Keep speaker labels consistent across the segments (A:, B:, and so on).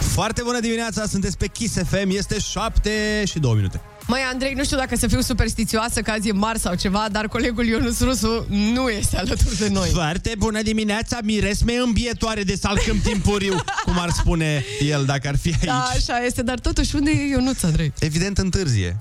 A: Foarte bună dimineața, sunteți pe Kiss FM, este 7 și 2 minute.
B: Mai Andrei, nu știu dacă să fiu superstițioasă că azi e mari sau ceva, dar colegul Ionus Rusu nu este alături de noi.
A: Foarte bună dimineața, miresme îmbietoare de salcâm timpuriu, cum ar spune el dacă ar fi aici.
B: Da, așa este, dar totuși unde e Ionuț, Andrei?
A: Evident întârzie.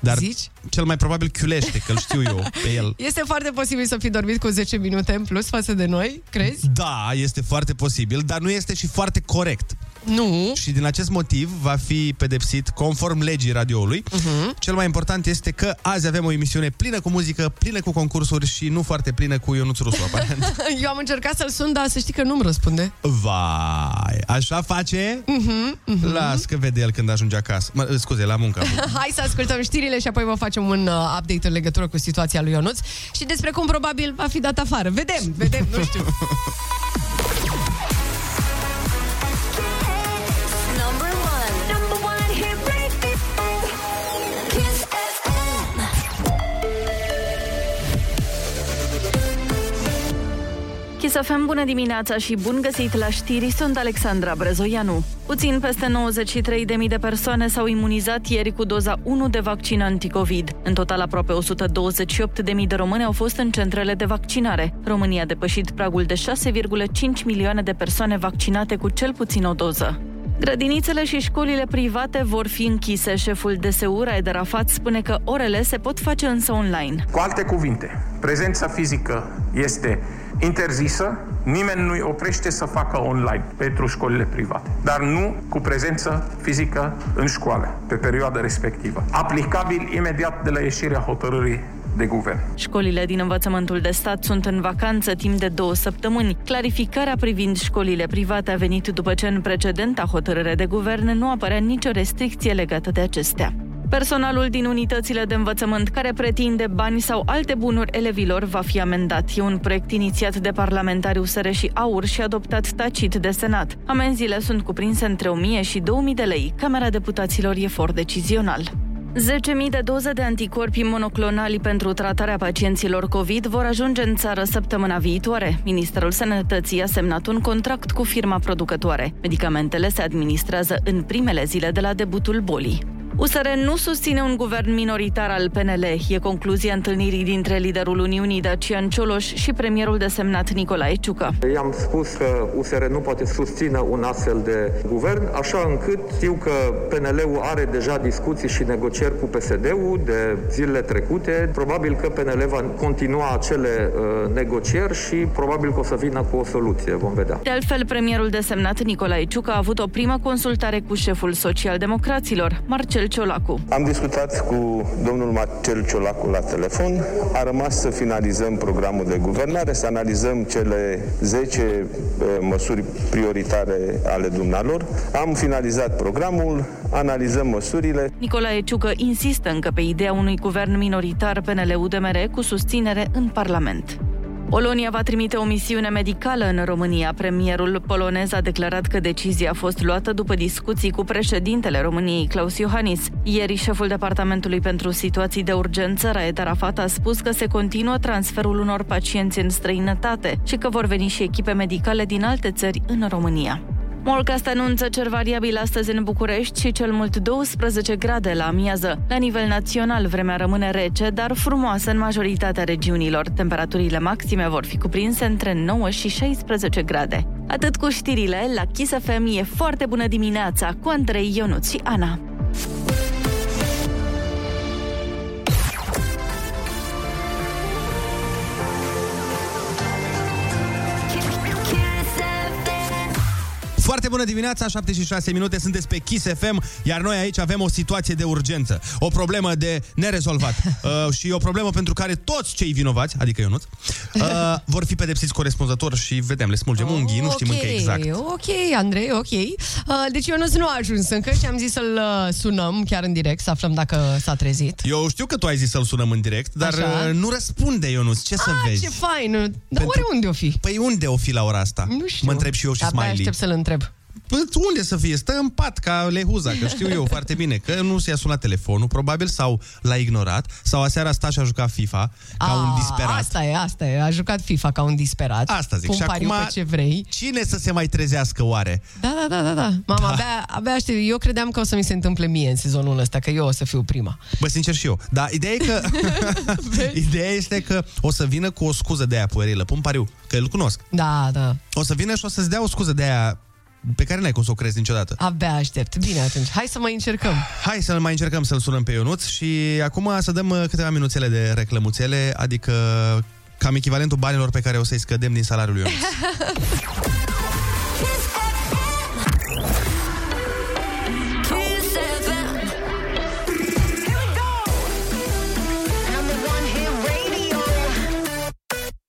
A: Dar
B: Zici?
A: cel mai probabil chiulește, că îl știu eu pe el.
B: Este foarte posibil să fi dormit cu 10 minute în plus față de noi, crezi?
A: Da, este foarte posibil, dar nu este și foarte corect.
B: Nu.
A: Și din acest motiv va fi pedepsit conform legii radioului.
B: Mhm.
A: Uh-huh. Cel mai important este că azi avem o emisiune plină cu muzică, plină cu concursuri și nu foarte plină cu Ionuț Rusu, aparent.
B: Eu am încercat să-l sun, dar să știi că nu-mi răspunde.
A: Vai, așa face?
B: Mhm,
A: Uh-huh, uh-huh. Las că vede el când ajunge acasă. Mă, scuze, la muncă.
B: Hai să ascultăm știrile și apoi vă facem un uh, update în legătură cu situația lui Ionuț și despre cum probabil va fi dat afară. Vedem, vedem, nu știu.
C: Number one. Number one hit radio. Kiss FM.
D: Chisafem, bună dimineața și bun găsit la știri, sunt Alexandra Brezoianu. Puțin peste 93.000 de persoane s-au imunizat ieri cu doza 1 de vaccin anticovid. În total, aproape 128.000 de români au fost în centrele de vaccinare. România a depășit pragul de 6,5 milioane de persoane vaccinate cu cel puțin o doză. Grădinițele și școlile private vor fi închise. Șeful DSU, Raed Arafat, spune că orele se pot face însă online.
E: Cu alte cuvinte, prezența fizică este interzisă, nimeni nu-i oprește să facă online pentru școlile private, dar nu cu prezență fizică în școală pe perioada respectivă. Aplicabil imediat de la ieșirea hotărârii de guvern.
D: Școlile din învățământul de stat sunt în vacanță timp de două săptămâni. Clarificarea privind școlile private a venit după ce în precedenta hotărâre de guvern nu apărea nicio restricție legată de acestea. Personalul din unitățile de învățământ care pretinde bani sau alte bunuri elevilor va fi amendat. E un proiect inițiat de parlamentari USR și AUR și adoptat tacit de Senat. Amenziile sunt cuprinse între 1000 și 2000 de lei. Camera Deputaților e for decizional. 10.000 de doze de anticorpi monoclonali pentru tratarea pacienților COVID vor ajunge în țară săptămâna viitoare. Ministerul Sănătății a semnat un contract cu firma producătoare. Medicamentele se administrează în primele zile de la debutul bolii. USR nu susține un guvern minoritar al PNL. E concluzia întâlnirii dintre liderul Uniunii Dacian Cioloș și premierul desemnat Nicolae Ciucă.
F: I-am spus că USR nu poate susține un astfel de guvern, așa încât știu că PNL-ul are deja discuții și negocieri cu PSD-ul de zilele trecute. Probabil că PNL va continua acele uh, negocieri și probabil că o să vină cu o soluție, vom vedea.
D: De altfel, premierul desemnat Nicolae Ciucă a avut o primă consultare cu șeful social-democraților, Marcel Ciolacu.
G: Am discutat cu domnul Marcel Ciolacu la telefon. A rămas să finalizăm programul de guvernare, să analizăm cele 10 eh, măsuri prioritare ale dumnealor. Am finalizat programul, analizăm măsurile.
D: Nicolae Ciucă insistă încă pe ideea unui guvern minoritar PNL-UDMR cu susținere în Parlament. Polonia va trimite o misiune medicală în România. Premierul polonez a declarat că decizia a fost luată după discuții cu președintele României, Claus Iohannis. Ieri, șeful Departamentului pentru Situații de Urgență, Raed Arafat, a spus că se continuă transferul unor pacienți în străinătate și că vor veni și echipe medicale din alte țări în România. Molcast anunță cer variabil astăzi în București și cel mult 12 grade la amiază. La nivel național, vremea rămâne rece, dar frumoasă în majoritatea regiunilor. Temperaturile maxime vor fi cuprinse între 9 și 16 grade. Atât cu știrile, la Kiss FM e foarte bună dimineața cu Andrei Ionuț și Ana.
C: Kiss FM.
A: Foarte bună dimineața, 76 minute, sunteți pe Kiss FM, iar noi aici avem o situație de urgență, o problemă de nerezolvat uh, și o problemă pentru care toți cei vinovați, adică Ionuț, uh, vor fi pedepsiți corespunzător și vedem, le smulgem unghii, nu știm
B: Oh, Ok,
A: încă exact.
B: Ok, Andrei, ok. Uh, Deci Ionuț nu a ajuns încă și am zis să-l uh, sunăm chiar în direct, să aflăm dacă s-a trezit.
A: Eu știu că tu ai zis să-l sunăm în direct, dar
B: Așa.
A: uh, nu răspunde Ionuț, ce să
B: Ah,
A: vezi?
B: ce fain! Dar oare unde o fi?
A: Păi unde o fi la ora asta?
B: Nu știu.
A: Mă întreb și eu și
B: Abia
A: Smiley.
B: aștept să-l întreb.
A: Bă, Păi, unde să fie? Stă în pat ca lehuza, că știu eu foarte bine, că nu s-i-a sunat telefonul, probabil, sau l-a ignorat, sau aseară a stat și a jucat FIFA ca
B: A,
A: un disperat. Asta,
B: Ah, Asta e, asta e. A jucat FIFA ca un disperat.
A: asta zic.
B: Pun
A: și
B: pariu
A: acum,
B: pe ce vrei.
A: cine să se mai trezească oare?
B: Da, da, da, da, da. Mama, da. Abia, abia aștept. Eu credeam că o să mi se întâmple mie în sezonul ăsta, că eu o să fiu prima.
A: Bă, sincer și eu. Dar ideea e că... ideea este că o să vină cu o scuză de aia puerilă. Pun pariu, că îl cunosc.
B: Da, da.
A: O să vină și o să-ți dea o scuză de aia pe care n-ai cum să o crezi niciodată.
B: Abia aștept. Bine atunci. Hai să mai încercăm.
A: Hai să mai încercăm să-l sunăm pe Ionuț și acum să dăm uh, câteva minuțele de reclămuțele, adică cam echivalentul banilor pe care o să-i scădem din salariul lui Ionuț.
C: Kiss FM. Kiss FM. Here we go. Number one hit radio.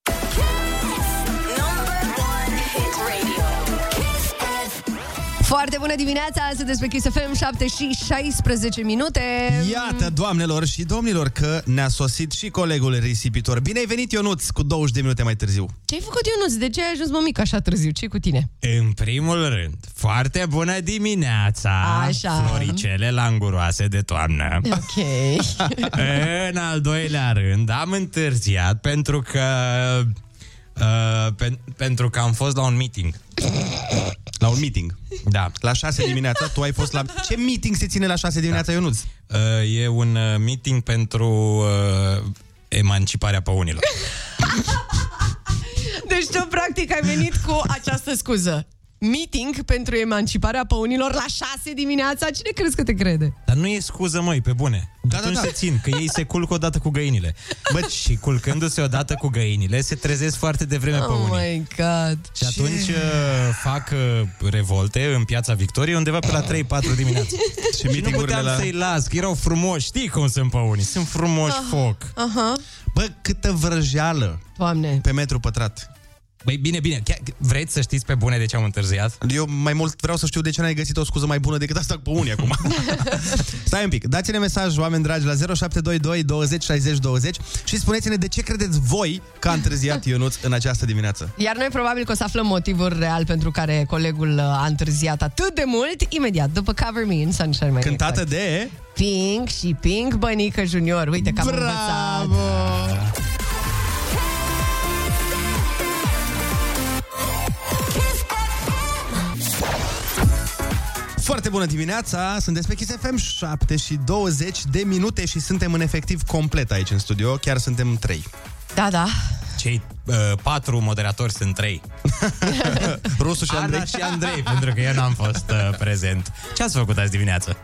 C: Kiss. Number one hit radio. Kiss FM.
B: Foarte bună dimineața, astăzi despre Kiss FM, 7 și 16 minute.
A: Iată, doamnelor și domnilor, că ne-a sosit și colegul risipitor. Bine ai venit, Ionuț, cu 20 de minute mai târziu.
B: Ce-ai făcut, Ionuț? De ce ai ajuns, mămic, așa târziu? ce cu tine?
H: În primul rând, foarte bună dimineața!
B: Așa.
H: Floricele languroase de toamnă.
B: Ok.
H: în al doilea rând, am întârziat pentru că... Uh, pen, pentru că am fost la un meeting.
A: La un meeting.
H: Da.
A: La 6 dimineața, tu ai fost la... Ce meeting se ține la 6 dimineața, Ionuț?
H: Da. Uh, e un uh, meeting pentru uh, emanciparea păunilor.
B: deci tu, practic, ai venit cu această scuză. Meeting pentru emanciparea păunilor la 6 dimineața? Cine crezi că te crede?
H: Dar nu e scuză, măi, pe bune.
A: Da,
H: Da,
A: da,
H: Atunci
A: da.
H: da, da. se țin, că ei se culcă odată cu găinile. Bă, și culcându-se odată cu găinile, se trezesc foarte devreme pe
B: Oh
H: unii.
B: my God.
H: Și atunci uh, fac uh, revolte în piața Victoriei undeva pe la 3-4 dimineața.
A: Și
H: și nu
A: meeting-urile
H: puteam
A: la...
H: la... să-i las, că erau frumoși. Știi cum sunt pe unii, sunt frumoși foc.
A: Bă, câtă vrăjeală
B: Doamne.
A: pe metru pătrat.
H: Băi, bine, bine, chiar, vreți să știți pe bune de ce am întârziat?
A: Eu mai mult vreau să știu de ce n-ai găsit o scuză mai bună decât asta pe unii acum. Stai un pic. Dați-ne mesaj, oameni dragi, la 0722 20 60 20 și spuneți-ne de ce credeți voi că a întârziat Ionuț în această dimineață.
B: Iar noi probabil că o să aflăm motivul real pentru care colegul uh, a întârziat atât de mult, imediat, după Cover Me in Sunshine. mai
A: Cântată
B: exact.
A: de...
B: Pink și Pink Bănică Junior. Uite că am învățat.
A: Bravo! Foarte bună dimineața, sunt pe Kiss FM 7 și 20 de minute și suntem în efectiv complet aici în studio, chiar suntem trei.
B: Da, da.
H: Cei uh, patru moderatori sunt trei.
A: Rusu și Andrei.
H: Ana și Andrei, pentru că eu n-am fost uh, prezent. Ce ați făcut azi dimineață?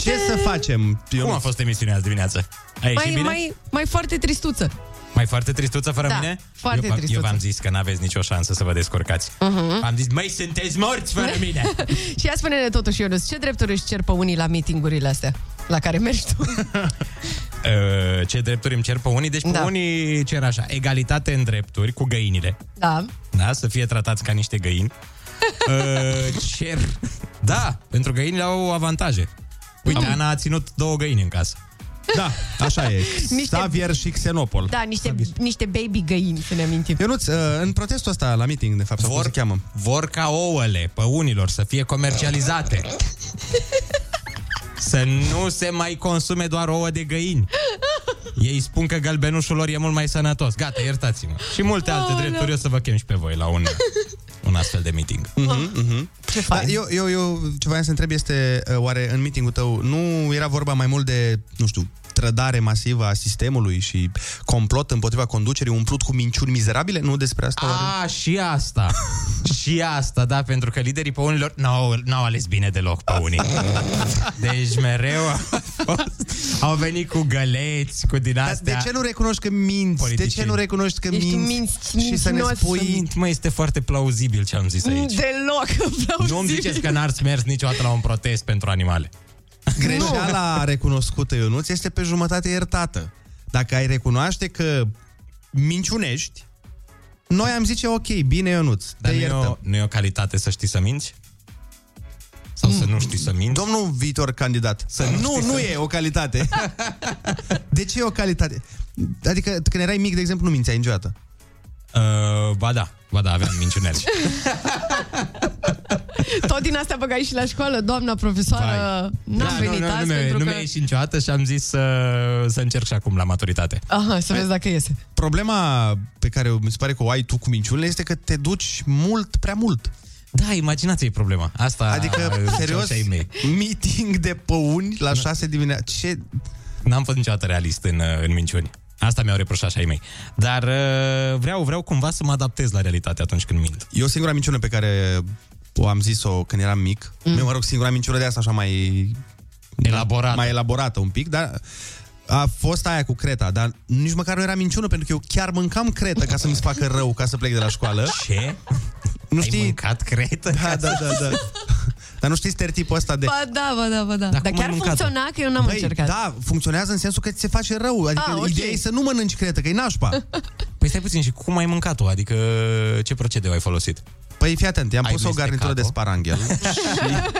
A: Ce să facem? Eu
H: Cum a fost emisiunea azi dimineață? A ieșit
B: Mai,
H: bine?
B: mai, mai foarte tristuță.
H: Mai foarte tristuță fără
B: Da,
H: mine?
B: foarte
H: eu, v-am-
B: tristuță. Mhm.
H: Eu v-am zis că n-aveți nicio șansă să vă descurcați. Uh-huh. Am zis, mai sunteți morți fără mine!
B: Și ia spune-ne totuși, Ionuț, ce drepturi își cer pe unii la mitingurile astea la care mergi tu?
H: Uh, ce drepturi îmi cer pe unii? Deci pe
B: Da.
H: unii cer așa, egalitate în drepturi cu găinile.
B: Da.
H: Da? Să fie tratați ca niște găini. Uh, cer... Da, pentru găinile au avantaje. Uite, Am... Ana a ținut două găini în casă.
A: Da, așa e. Xavier și Xenopol.
B: Da, niște, niște baby găini, să ne amintim.
A: Ionuț, uh, în protestul ăsta la meeting, de fapt, sau cum se cheamă?
H: vor ca ouăle pe unilor să fie comercializate. Să nu se mai consume doar ouă de găini. Ei spun că galbenușul lor e mult mai sănătos. Gata, iertați-mă. Și multe alte
B: Aoleu.
H: drepturi, o să vă chem și pe voi la un, un astfel de meeting.
B: Ce faci?
A: Da, eu, eu, eu ce voiam să întreb este, uh, oare în meetingul tău nu era vorba mai mult de, nu știu, trădare masivă a sistemului și complot împotriva conducerii umplut cu minciuni mizerabile? Nu despre asta? oare?
H: A, și asta. și asta, da, pentru că liderii păunilor n-au, n-au ales bine deloc păunii. Deci mereu a fost, au venit cu găleți, cu din
A: Dar
H: astea.
A: de ce nu recunoști că minți? De ce
H: Politicieni.
A: nu recunoști că
B: Ești
A: minți?
B: un minți-
A: și să ne
B: mincinos,
A: spui...
B: să minți.
H: Mă, este foarte plauzibil ce am zis aici.
B: Deloc.
H: Nu îmi
B: plauzibil.
H: ziceți că n-ați mers niciodată la un protest pentru animale.
A: Greșeala recunoscută, Ionuț, este pe jumătate iertată. Dacă ai recunoaște că minciunești, noi am zice, ok, bine, Ionuț, te
H: Dar nu e,
A: iertăm.
H: o, nu e o calitate să știi să minți? Sau să nu știi să minți?
A: Domnul viitor candidat. Să nu, nu, nu e o calitate. de ce e o calitate? Adică când erai mic, de exemplu, nu mințeai niciodată.
H: Uh, ba da, ba da, aveam minciuneri.
B: Tot din astea băgai și la școală, doamna profesoară, n-am
H: Da,
B: venit
H: nu, nu,
B: azi
H: nu, mi-a-
B: pentru
H: nu
B: că...
H: mi-a ieșit niciodată și am zis să, să încerc și acum la maturitate.
B: Aha, să vezi dacă iese.
A: Problema pe care mi se pare că o ai tu cu minciunile este că te duci mult, prea mult.
H: Da, imaginați-i problema. Asta
A: Adică,
H: ziceau
A: serios,
H: și ai mei.
A: meeting de păuni la 6 dimineața. Ce?
H: Da. N-am fost niciodată realist în, uh, în minciuni. Asta mi-au reproșat și ai mei. Dar uh, vreau, vreau cumva să mă adaptez la realitate atunci când mint.
A: Eu singura minciună pe care o am zis-o când eram mic, mm. mă rog, singura minciună de asta așa mai
H: Elaborat.
A: mai
H: Mai...
A: elaborată un pic, dar a fost aia cu creta, dar nici măcar nu era minciună, pentru că eu chiar mâncam cretă ca să mi se facă rău, ca să plec de la școală.
H: Ce?
A: Nu
H: Ai
A: știi?
H: mâncat cretă?
A: Da, da, da, da. Dar nu știi stereotipul ăsta de...
B: Ba da, ba da, ba da.
H: Dar
B: Dar
H: cum
B: chiar
H: ai mâncat-o?
B: funcționa, că eu n-am încercat.
A: da, funcționează în sensul că ți se face rău. Adică
B: Ah,
A: ah,
B: ok.
A: okay. ideea e să nu mănânci cretă, că e nașpa.
H: Păi stai puțin și cum ai mâncat-o? Adică ce procedeu ai folosit?
A: Păi fii atent, i-am
H: Ai
A: pus o garnitură de
H: mestecat-o?
A: sparanghel și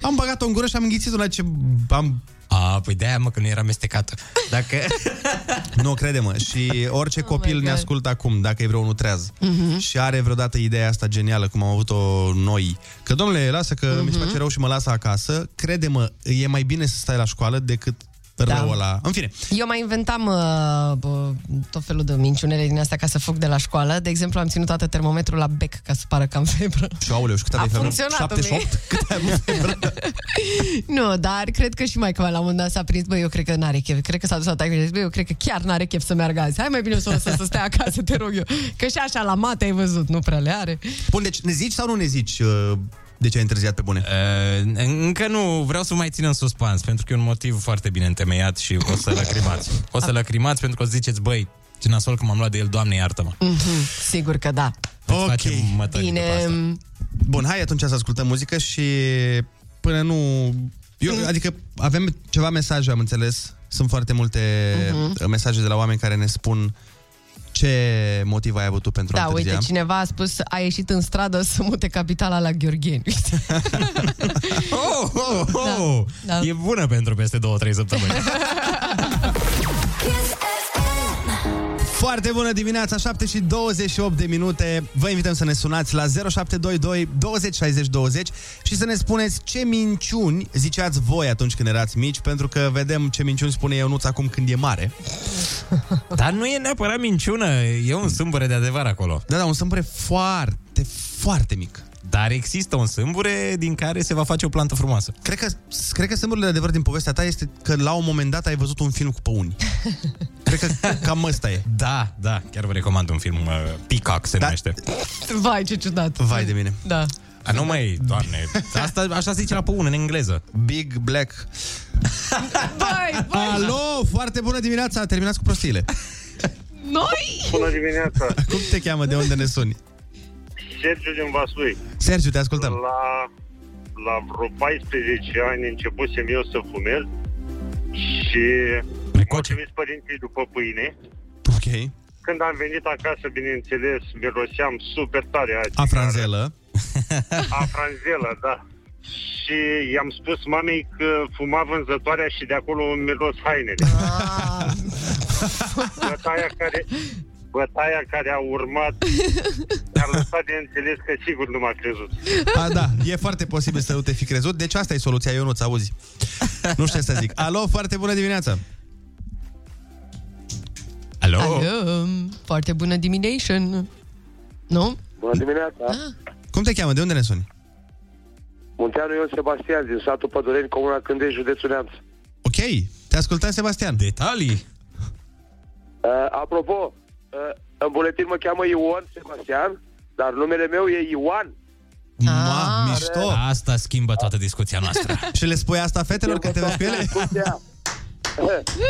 A: am băgat-o în gură și am înghițit-o la ce... Am...
H: A, păi de-aia mă că nu era amestecată. Dacă...
A: Nu, crede-mă. Și orice
B: Oh my
A: copil ne
B: God. Mhm.
A: ascultă acum, dacă e vreo nutreaz uh-huh. și are vreodată ideea asta genială, cum am avut-o noi, că, domnule, lasă că uh-huh. mi se
B: Mhm.
A: face rău și mă lasă acasă, crede-mă, e mai bine să stai la școală decât
B: Da.
A: răul ăla. În fine,
B: Eu mai inventam uh, bă, tot felul de minciunele din astea ca să fug de la școală. De exemplu, am ținut toată termometrul la bec ca să pară că am febră.
A: și aoleu, și cât
B: A
A: aveai febră?
B: funcționat,
A: 78? Cât ai avut febră?
B: Nu, dar cred că și mai că la un moment dat s-a prins, băi, eu cred că n-are chef. Cred că s-a dus la taică și a zis, băi, eu cred că chiar n-are chef să meargă azi. Hai mai bine să o lăsăm să stea acasă, te rog eu. Că și așa la mate ai văzut, nu prea le are.
A: Bun, deci ne zici sau nu ne zici uh, de ce ai întârziat pe bune?
H: Uh, încă nu, vreau să mai țin în suspans, pentru că e un motiv foarte bine întemeiat și o să lăcrimați. O să lăcrimați pentru că o să ziceți, băi, ce nasol că m-am luat de el, doamne iartă-mă.
B: Mhm, Sigur că da.
H: Îți
A: Ok.
H: facem mătălii
B: Bine,
H: după asta.
A: Bun, hai atunci să ascultăm muzică și până nu... Eu,
B: Mm.
A: adică avem ceva mesaje, am înțeles. Sunt foarte multe
B: Mhm.
A: uh-huh. mesaje de la oameni care ne spun ce motiv ai avut tu pentru a
B: da,
A: întârzia.
B: uite, cineva a spus, a ieșit în stradă să mute capitala la Gheorgheni.
H: Oh, oh, oh!
B: Da, da.
H: E bună pentru peste două, trei săptămâni.
C: Kiss FM.
A: Foarte bună dimineața, 7 și 28 de minute. Vă invităm să ne sunați la 0722 20 60 20 și să ne spuneți ce minciuni ziceați voi atunci când erați mici, pentru că vedem ce minciuni spune Ionuț acum când e mare.
H: Dar nu e neapărat minciună, e un sâmbure de adevăr acolo.
A: Da, da, un sâmbure foarte, foarte mic.
H: Dar există un sâmbure din care se va face o plantă frumoasă.
A: Cred că, cred că sâmburele de adevăr din povestea ta este că la un moment dat ai văzut un film cu păuni. cred că cam ăsta e.
H: Da, da, chiar vă recomand un film, uh, Peacock se
A: Da.
H: numește.
B: Vai, ce ciudat.
A: Vai de mine.
B: Da.
H: A, nu mai, doamne, asta, așa se zice la păun în engleză.
A: Big Black.
B: Vai, vai,
A: Alo, foarte bună dimineața, terminați cu prostiile.
B: noi?
I: Bună dimineața!
A: Cum te cheamă, de unde ne suni?
I: Sergiu din Vaslui.
A: Sergiu, te ascultăm.
I: La, la vreo 14 ani începusem eu să fumez și
H: Precoce.
I: m-au trimis părinții după pâine.
A: Ok.
I: Când am venit acasă, bineînțeles, miroseam super tare a
A: A franzelă.
I: a franzelă, da. Și i-am spus mamei că fuma vânzătoarea și de acolo îmi miros hainele.
B: Ah,
I: Bătaia care, bătaia care a urmat mi-a lăsat de înțeles că sigur nu m-a crezut.
A: A, da, e foarte posibil să nu te fi crezut. Deci asta e soluția, eu nu auzi. Nu știu ce să zic. Alo, foarte bună dimineața.
H: Alo?
A: Da, oh.
B: Alo, foarte bună dimineața. Nu?
I: Bună dimineața!
B: Da.
A: Cum te cheamă, de unde ne suni?
I: Munteanu Ion Sebastian din satul Pădureni, comuna Cândei, județul Neamț.
A: Ok, te ascultăm, Sebastian.
H: Detalii?
I: Uh, apropo, uh, în buletin mă cheamă Ion Sebastian, dar numele meu e Ioan.
A: Ma,
B: Ah.
A: mișto.
H: da, Asta schimbă toată discuția noastră.
A: Și le spui asta fetelor când te
H: Da,
A: vezi cu ele?
I: Discuția.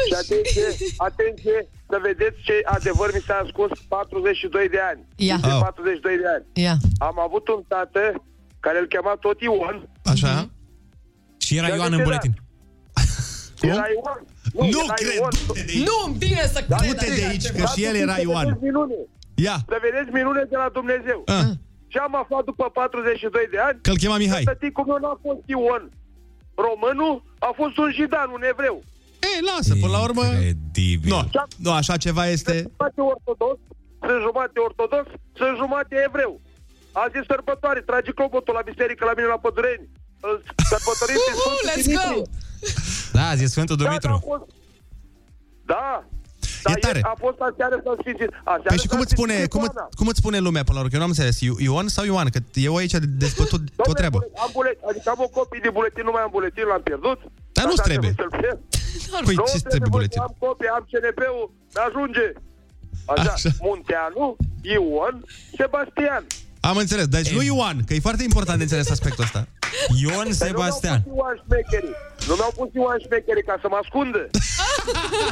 I: Și atenție, atenție, să vedeți ce adevăr mi s-a ascuns 42 de ani.
B: Ia,
I: De
A: Au.
I: 42 de ani.
B: ia.
I: Am avut un tată care îl chema tot Ion.
A: Așa?
H: Mhm. Și era
I: Dar
H: Ioan
I: de
H: în
I: ce
H: buletin.
I: Era Ion.
A: Nu
I: era
A: cred.
I: Ion.
B: Nu, îmi vine să cred
A: Du-te
B: așa
A: de aici,
B: ceva.
A: că și el era
I: Să
A: Ioan.
I: vedeți minune.
A: Ia,
I: Să vedeți minune de la Dumnezeu.
A: Ah.
I: Și am aflat după 42 de ani
A: că-l chema Mihai.
I: Tăticul meu n-a fost Ion. Românul a fost un jidan, un evreu.
A: Ei, lasă, până la urmă...
H: Incredibil.
A: Nu, nu, așa ceva este...
I: Jumate ortodox, sunt jumate ortodox, sunt jumate evreu.
J: Azi e sărbătoare, trage clopotul la biserică, la mine la Pădureni. Îl Sărbătorim pe
B: Uhu,
J: Sfântul
B: let's
J: Dimitru.
B: go!
H: Da, azi e Sfântul
J: Da,
H: Dumitru.
J: a fost... Da.
A: E tare.
J: A fost aseară s-a sfințit. Aseară
A: Păi și
J: s-a
A: cum îți
J: sfințit
A: spune, cum,
J: icoana.
A: îți- cum îți spune lumea până la urmă? Eu n-am înțeles, Io- Ion sau Ioan? Că eu aici de dezbătut o
J: Domnule,
A: treabă.
J: Am bulet, adică am o copie de buletin, nu mai am buletin, l-am pierdut.
A: Dar nu-ți
J: Asta a
A: trebuie.
J: trebuit să-l pierd.
A: Păi
J: Nu
A: ce trebuie
J: mă,
A: buletin?
J: Am copie, am CNP-ul, ajunge. Așa,
A: Așa.
J: Munteanu, Ion, Sebastian.
A: Am înțeles, deci nu Ioan, că e foarte important de înțeles aspectul ăsta.
H: Ion
J: Dar
H: Sebastian.
J: Păi Nu mi-au pus Ioan Șmecherii. Nu mi-au pus Ioan Șmecherii ca să mă ascundă.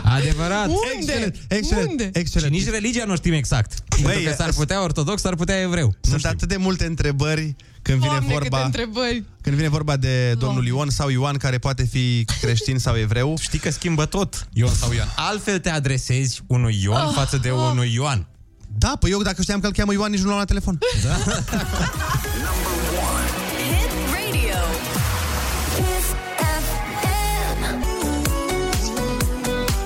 H: Adevărat.
A: Excelent,
B: da, Unde?
A: excelent,
B: Unde?
H: Și
A: excelent.
H: nici religia nu știm exact. Pentru că s-ar putea ortodox, s-ar putea evreu. Oh, Nu
A: Sunt
H: știu.
A: atât de multe întrebări când vine
B: Doamne, câte
A: vorba
B: întrebări!
A: când vine vorba de domnul Ion sau Ioan care poate fi creștin sau evreu.
H: Știi că schimbă tot Ion sau Ion. Altfel te adresezi unui Ion
B: Ah.
H: oh, față de unui Ioan. Da.
A: Da, păi eu dacă știam că îl cheamă Ioan, nici nu l-am la telefon.
C: Hit radio. Kiss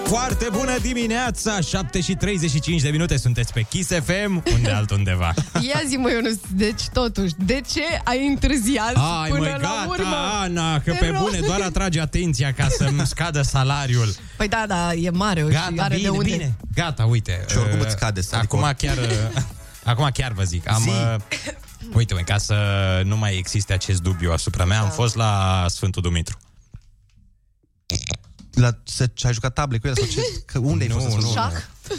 B: Ah.
H: Foarte bună dimineața, 7 și 35 de minute, sunteți pe Kiss FM, unde altundeva.
B: Ia zi mă, Ionuț, deci totuși, de ce ai întârziat
H: Ai,
B: până
H: mă,
B: la
H: gata,
B: urmă?
H: Ana, că
B: Te
H: pe
B: rog.
H: bune doar atrage atenția ca să-mi scadă salariul.
B: Păi da, da, e mare și
H: Gata,
B: are
H: bine,
B: de unde.
H: bine. Gata, uite.
A: Și oricum
H: uh,
A: îți cade, adică
H: Acum
A: oricum.
H: chiar, uh, acum chiar vă zic. Am,
A: Zi.
H: uh, uite, ca să nu mai existe acest dubiu asupra
B: Da.
H: mea, am fost la Sfântul Dumitru.
A: La, se, ai jucat table cu el sau ce? Că unde ai fost? să-ți spun?
B: Șah?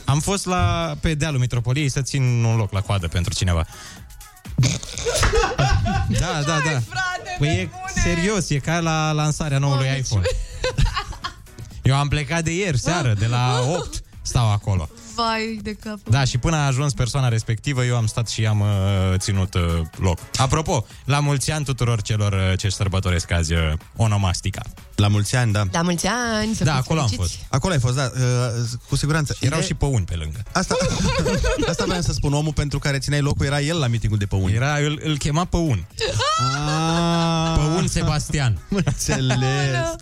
H: Am fost la, pe dealul Mitropoliei să țin un loc la coadă pentru cineva. da, da, da.
B: frate,
H: Păi
B: pe
H: e
B: bune!
H: serios, e ca la lansarea noului
B: Mamă, ce-
H: iPhone. Eu am plecat de ieri seară, de la 8 stau acolo.
B: Vai de cap.
H: Da, și până a ajuns persoana respectivă, eu am stat și am uh, ținut uh, loc. Apropo, la mulți ani tuturor celor uh, ce sărbătoresc azi uh, onomastica.
A: La mulți ani, da.
B: La mulți ani, să
H: Da,
B: fiți
H: acolo am
B: fericiți.
H: fost.
A: Acolo ai fost, da, uh, cu siguranță.
H: Erau
A: Ide-
H: și păuni pe lângă.
A: Asta, asta vreau să spun, omul pentru care țineai locul era el la mitingul de pe unii.
H: Era, îl, îl chema păun. Păun Sebastian.
A: Am Înțeles.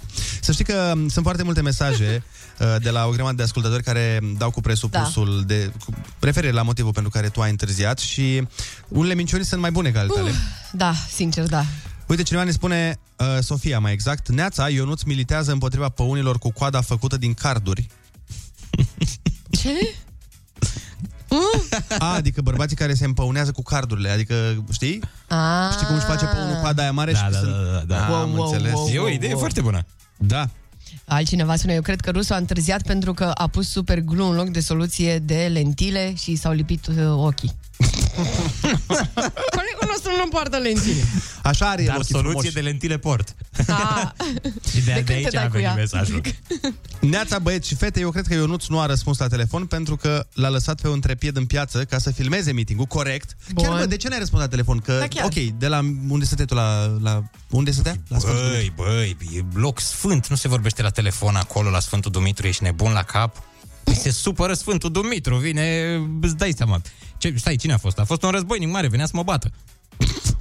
A: Să știi că m, sunt foarte multe mesaje uh, de la o grămadă de ascultători care dau cu presupusul de cu referire la motivul pentru care tu ai întârziat și unele minciuni sunt mai bune ca altele.
B: Da, sincer, da.
A: Uite, cineva ne spune, uh, Sofia mai exact, Neața, Ionuț militează împotriva păunilor cu coada făcută din carduri.
B: Ce?
A: A, adică bărbații care se împăunează cu cardurile, adică, știi?
B: Ah.
A: Știi cum își face păunul coada aia mare?
H: Da,
A: și
H: da,
A: sunt...
H: da, da, da.
A: Am
B: Wow, wow,
A: înțeles.
B: wow.
H: E o idee foarte bună.
A: Da.
B: Altcineva spune, eu cred că rusul a întârziat pentru că a pus super glue în loc de soluție de lentile și s-au lipit uh, ochii. Colegul nostru nu poartă lentile.
A: Așa are el
H: Dar
A: ochii
H: soluție
A: frumoși.
H: de lentile port.
B: Ah,
H: Și de, de,
B: când te
H: de aici
B: dai
H: a
B: cu
H: venit
B: ea? Adică-
H: mesajul.
A: Neața, băieți și fete, eu cred că Ionuț nu a răspuns la telefon pentru că l-a lăsat pe un trepied în piață ca să filmeze meeting-ul, corect. Bun. Chiar,
B: Bun.
A: bă, de ce n-ai răspuns la telefon? Că,
B: Da, chiar.
A: ok, de la unde stăteai tu la... la unde stătea? La Sfântul Dumitru.
H: Băi, băi, e loc sfânt, nu se vorbește la telefon acolo, la Sfântul Dumitru, ești nebun la cap. Păi Se supără Sfântul Dumitru, vine, îți dai seama. Ce, stai, cine a fost? A fost un războinic mare, venea să mă bată.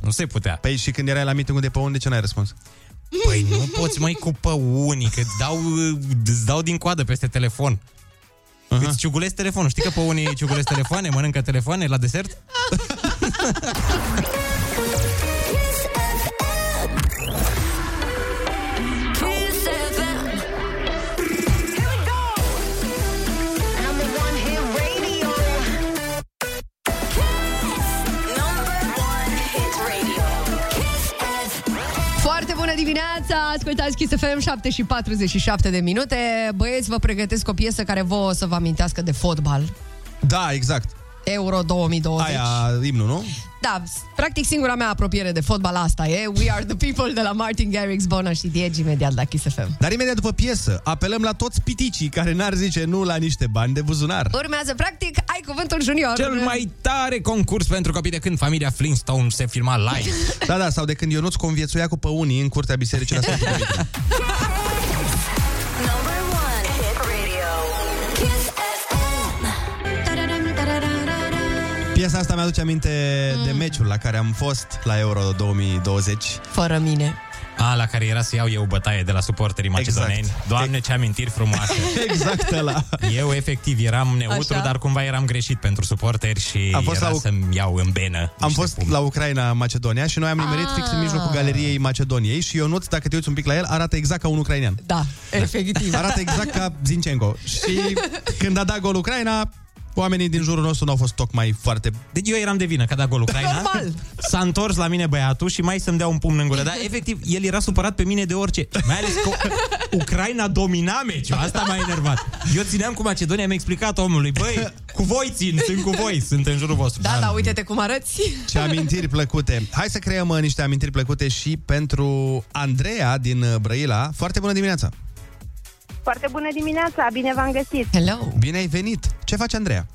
H: Nu se putea.
A: Păi și când erai la meeting-ul de pe unde, ce n-ai răspuns?
H: Păi nu poți, mai cu păunii, că îți dau, îți dau din coadă peste telefon. Uh-huh. Îți ciugulesc telefonul. Știi că păunii ciugulesc telefoane, mănâncă telefoane la desert?
C: Kiss FM. Here we go. Number one hit radio. Kiss. Number one hit radio. Kiss FM.
B: Foarte bună dimineața! Ascultați Kiss FM 7 și 47 de minute. Băieți, vă pregătesc o piesă care vă o să vă amintească de fotbal.
A: Da, exact.
B: Euro 2020.
A: Aia, imnul, nu?
B: Da, s- practic singura mea apropiere de fotbal asta e We Are The People de la Martin Garrix, Bona și Diegi imediat la Kiss FM.
A: Dar imediat după piesă, apelăm la toți piticii care n-ar zice nu la niște bani de buzunar.
B: Urmează, practic, ai cuvântul junior.
H: Cel mai tare concurs pentru copii de când familia Flintstone se filma live.
A: Da, da, sau de când Ionuț conviețuia cu păunii în curtea bisericii la Sfântul Dumitru.
C: Number one hit radio. Kiss FM. Da-da-dam, da-da-da-da-da.
A: Piesa asta
B: Mm.
A: mi-aduce aminte de meciul la care am fost la Euro 2020.
B: Fără mine.
H: A, la care era să iau eu bătaie de la suporterii macedoneni. Exact. Doamne, ce amintiri frumoase!
A: Exact ăla.
H: Eu efectiv eram neutru,
B: Așa.
H: Așa. dar cumva eram greșit pentru suporteri și
A: Am
H: Am
A: fost
H: fost era
A: la U-
H: să-mi iau în benă.
A: Am fost la Ucraina, Macedonia și noi am nimerit fix
B: Ah.
A: în mijlocul galeriei Macedoniei și Ionuț, dacă te uiți un pic la el, arată exact ca un ucrainean.
B: Da, efectiv.
A: Arată exact ca Zinchenko. Și când a dat gol Ucraina, oamenii din jurul nostru n-au fost tocmai foarte...
H: Deci eu eram de vină că a dat gol Ucraina.
B: Normal.
H: S-a întors la mine băiatul și mai să-mi dea un pumn în gură. Dar efectiv, el era supărat pe mine de orice. Mai ales că Ucraina domina meciul. Asta m-a enervat. Eu țineam cu Macedonia, mi-a explicat omului. Băi, cu voi țin, sunt cu voi, sunt în jurul vostru.
B: Da, da, uite-te cum arăți.
A: Ce amintiri plăcute! Hai să creăm uh, niște amintiri plăcute și pentru Andreea din uh, Brăila. Foarte bună dimineața!
K: Foarte bună dimineața, bine v-am găsit.
B: Hello.
A: Bine ai venit! Ce faci, Andreea?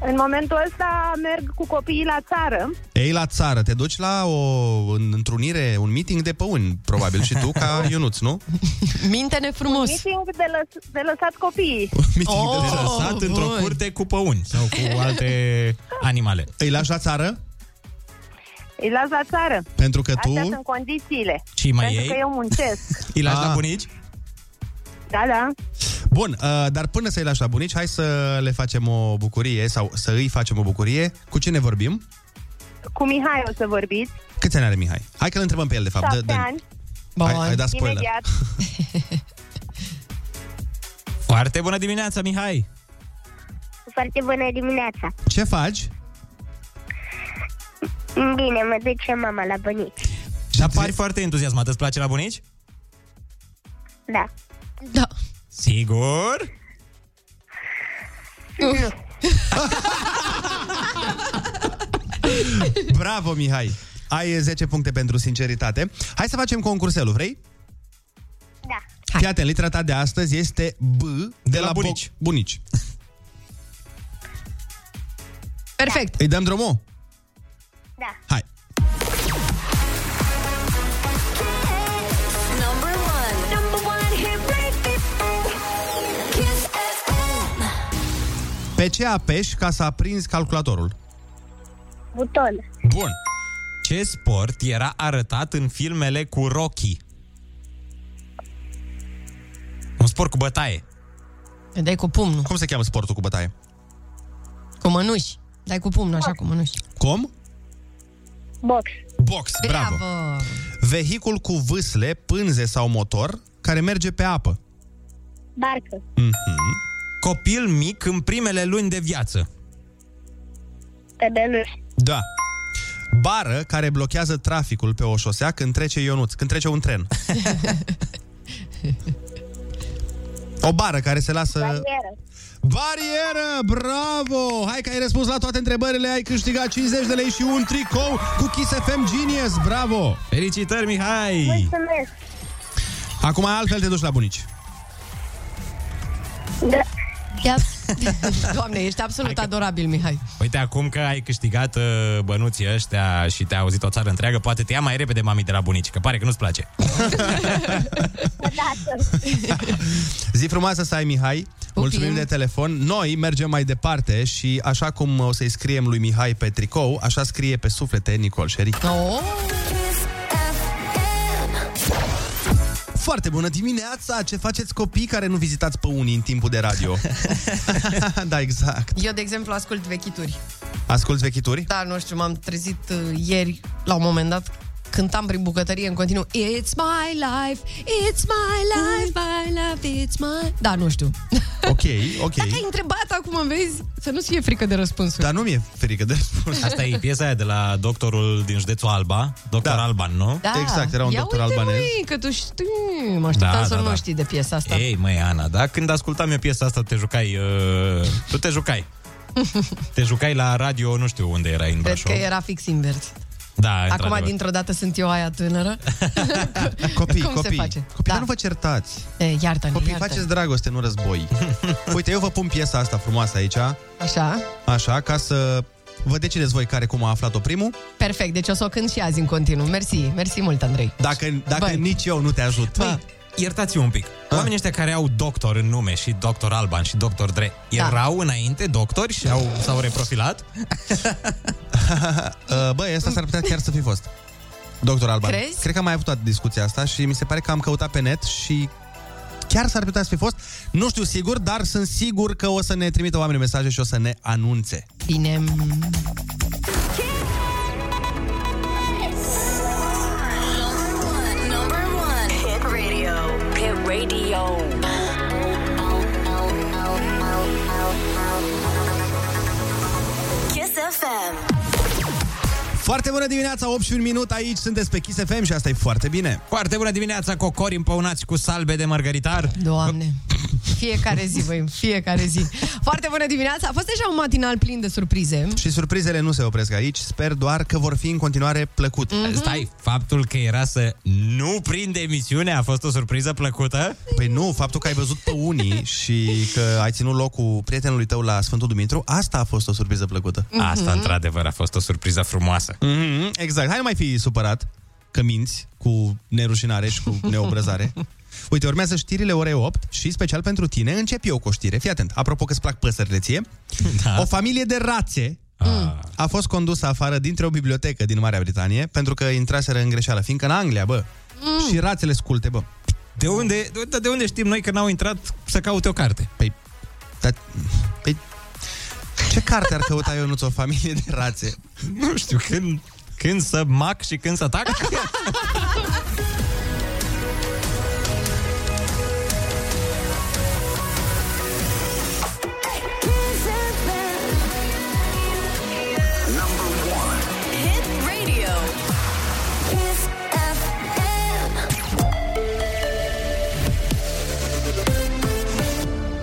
K: În momentul ăsta merg cu copiii la țară.
A: Ei la țară, te duci la o întrunire, un meeting de păuni, probabil, și tu ca Ionuț, nu?
B: Minte-ne frumos.
K: Meeting de, lăs- de lăsat copiii.
A: Meeting
B: Oh!
A: de țară.
H: lăsat
B: Oh,
H: într-o
B: bun.
H: curte cu păuni sau cu alte animale.
A: Îi lași la țară?
K: Îi las la țară.
A: Pentru că tu...
K: Astea sunt condițiile.
H: Și mai
K: Pentru
H: ei?
K: că eu muncesc.
H: Îi lași
A: Ah.
H: la bunici?
K: Da, da.
A: Bun, uh, dar până să-i lași la bunici, hai să le facem o bucurie sau să îi facem o bucurie. Cu cine vorbim?
K: Cu Mihai o să vorbiți.
A: Câți ani are Mihai? Hai că îl întrebăm pe el, de fapt.
K: Șapte
A: Dă- dă-
K: ani.
B: Bun.
A: Hai, hai da spoiler.
K: Imediat.
H: Foarte bună dimineața, Mihai!
K: Foarte bună dimineața.
A: Ce faci?
K: Bine, mă duce mama la bunici.
H: Dar pari foarte entuziasmat. Îți place la bunici?
K: Da.
B: Da.
H: Sigur?
A: Bravo, Mihai! Ai 10 puncte pentru sinceritate. Hai să facem concurselul, vrei?
K: Da.
B: Hai.
A: Fii atent, litera ta de astăzi este B de, de
H: la
A: la,
H: bunici.
A: Bo- bunici.
K: Da.
B: Perfect.
A: Îi dăm drumul?
K: Da.
A: Hai.
C: Number one. Number one hit radio. Kiss FM.
A: Pe ce apeși ca să aprinzi calculatorul?
K: Buton.
A: Bun.
H: Ce sport era arătat în filmele cu Rocky? Un sport cu bătaie.
B: Îi Dai cu pumnul,
A: Cum se cheamă sportul cu bătaie?
B: cu mânuși. Dai cu pumnul, așa, cu mânuși.
A: Com?
K: Box.
A: Box, bravo. bravo. Vehicul cu vâsle, pânze sau motor care merge pe apă. Mhm.
K: Barcă.
H: Copil mic în primele luni de viață.
K: Tădăluș.
A: Da. Bară care blochează traficul pe o șosea când trece Ionuț, când trece un tren. o bară care se lasă... Barieră, bravo! Hai că ai răspuns la toate întrebările, ai câștigat 50 de lei și un tricou cu Kiss FM Genius, bravo!
H: Felicitări, Mihai!
K: Mulțumesc.
A: Acum altfel te duci la bunici.
K: Da.
B: Ia. Doamne, ești absolut adorabil, Mihai.
H: Uite, acum că ai câștigat uh, bănuții ăștia și te-a auzit o țară întreagă, poate te ia mai repede mami de la bunici, că pare că nu-ți place.
A: Zi frumoasă să ai, Mihai. Mulțumim de telefon. Noi mergem mai departe și așa cum o să-i scriem lui Mihai pe tricou, așa scrie pe suflete Nicol Șeri.
B: Oh,
C: Kiss FM.
A: Foarte bună dimineața! Ce faceți copii care nu vizitați pe unii în timpul de radio? da, exact.
B: eu, de exemplu, ascult vechituri.
A: Asculți vechituri?
B: Da, nu știu, m-am trezit uh, ieri, la un moment dat, cântam prin bucătărie în continuu It's my life, it's my life, I love it's my... Da, nu știu.
A: Ok, ok.
B: Dacă ai întrebat acum, vezi, să nu-ți fie frică de răspunsuri.
A: Dar nu mi-e frică de răspuns.
H: Asta e piesa aia de la doctorul din județul Alba, doctor
A: Da.
H: da. Alban, nu?
B: Da.
A: Exact, era un
B: Ia
A: doctor
B: uite,
A: albanez.
B: Măi, că tu știi, mă așteptam
H: Da,
B: să
H: da,
B: nu
H: da.
B: știi de piesa asta.
H: Ei, măi, Ana, da? Când ascultam eu piesa asta, te jucai... Uh, tu te jucai. te jucai la radio, nu știu unde erai, în
B: Cred
H: Brașov.
B: că era fix invers.
H: Da,
B: Acum,
H: într-adevăr.
B: dintr-o dată, sunt eu aia tânără.
A: Copii,
B: Cum se
A: copii,
B: face?
A: copii,
B: Da.
A: dar nu vă certați.
B: E, Iartă-ne,
A: Copii,
B: iartă-ne.
A: Păi faceți dragoste, nu război. Uite, eu vă pun piesa asta frumoasă aici,
B: Așa,
A: așa, ca să vă decideți voi care cum a aflat-o primul.
B: perfect. Deci o să o cânt și azi în continuu. Mersi, mersi mult, Andrei.
A: Dacă, dacă
B: Băi.
A: nici eu nu te ajut. Da. Ah.
H: Băi, iertați-mă un pic. Oamenii ăștia care au doctor în nume și doctor Alban și doctor Dre,
B: Da.
H: erau înainte doctori și au, s-au reprofilat?
A: Uh, Băi, asta s-ar putea chiar să fi fost. Doctor Alban.
B: Crezi?
A: Cred că am mai avut o discuția asta și mi se pare că am căutat pe net și chiar s-ar putea să fi fost. Nu știu sigur, dar sunt sigur că o să ne trimită oamenii mesaje și o să ne anunțe.
B: Bine.
C: Number one. Hit radio. Hit radio. Kiss FM.
A: Foarte bună dimineața, 8 și un minut aici, sunteți pe Kiss FM și asta e foarte bine.
H: Foarte bună dimineața, cocori împăunați cu salbe de mărgăritar.
B: Doamne. Fiecare zi, băi, în fiecare zi. Foarte bună dimineața. A fost deja un matinal plin de surprize.
A: Și surprizele nu se opresc aici, sper doar că vor fi în continuare plăcut.
H: Mhm. Stai, faptul că era să nu prinde emisiunea a fost o surpriză plăcută?
A: Păi nu, faptul că ai văzut pe unii și că ai ținut locul prietenului tău la Sfântul Dumitru, asta a fost o surpriză plăcută.
H: Asta,
A: Mhm.
H: într-adevăr, a fost o surpriză frumoasă.
A: Mm-hmm, exact. Hai nu mai fi supărat că minți cu nerușinare și cu neobrăzare. Uite, urmează știrile orei 8 și special pentru tine încep eu cu o știre. Fii atent. Apropo că îți plac păsările ție. Da. O familie de rațe
H: Ah.
A: a fost condusă afară dintre o bibliotecă din Marea Britanie pentru că intraseră în greșeală, fiindcă în Anglia, bă, mm. și rațele sculte, bă.
H: De unde, de, de unde știm noi că n-au intrat să caute o carte?
A: Păi, da, păi, ce carte ar căuta eu, nu o familie de rațe?
H: Nu știu, când, când să mac și când să tac?
C: Kiss FM. Number one. Hit radio. Kiss FM.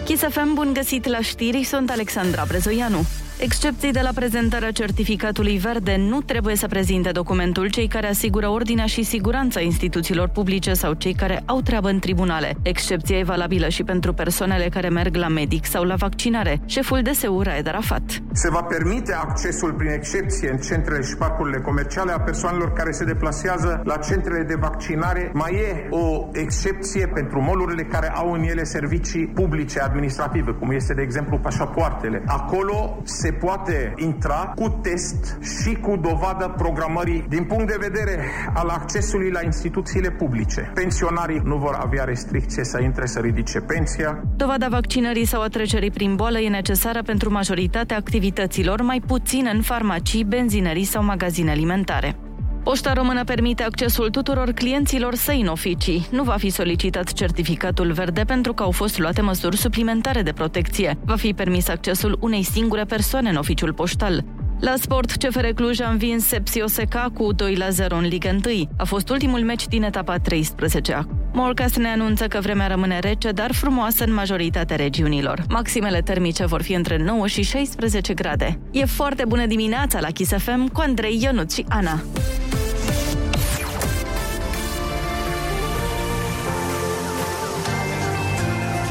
D: Chisafem, bun găsit la știri, sunt Alexandra Brezoianu. Excepții de la prezentarea certificatului verde nu trebuie să prezinte documentul cei care asigură ordinea și siguranța instituțiilor publice sau cei care au treabă în tribunale. Excepția e valabilă și pentru persoanele care merg la medic sau la vaccinare. Șeful DSU Raed Arafat.
E: Se va permite accesul prin excepție în centrele și parcurile comerciale a persoanelor care se deplasează la centrele de vaccinare. Mai e o excepție pentru molurile care au în ele servicii publice administrative, cum este de exemplu pașapoartele. Acolo se poate intra cu test și cu dovadă programării din punct de vedere al accesului la instituțiile publice. Pensionarii nu vor avea restricție să intre să ridice pensia,
D: Dovada vaccinării sau a trecerii prin boală e necesară pentru majoritatea activităților, mai puțin în farmacii, benzinării sau magazine alimentare. Poșta Română permite accesul tuturor clienților săi în oficii. Nu va fi solicitat certificatul verde pentru că au fost luate măsuri suplimentare de protecție. Va fi permis accesul unei singure persoane în oficiul poștal. La sport, CFR Cluj a învins Sepsio Seca cu 2 la 0 în Liga 1. A fost ultimul meci din etapa 13-a. Morcast ne anunță că vremea rămâne rece, dar frumoasă în majoritatea regiunilor. Maximele termice vor fi între 9 și 16 grade. E foarte bună dimineața la Kiss FM cu Andrei Ionut și Ana.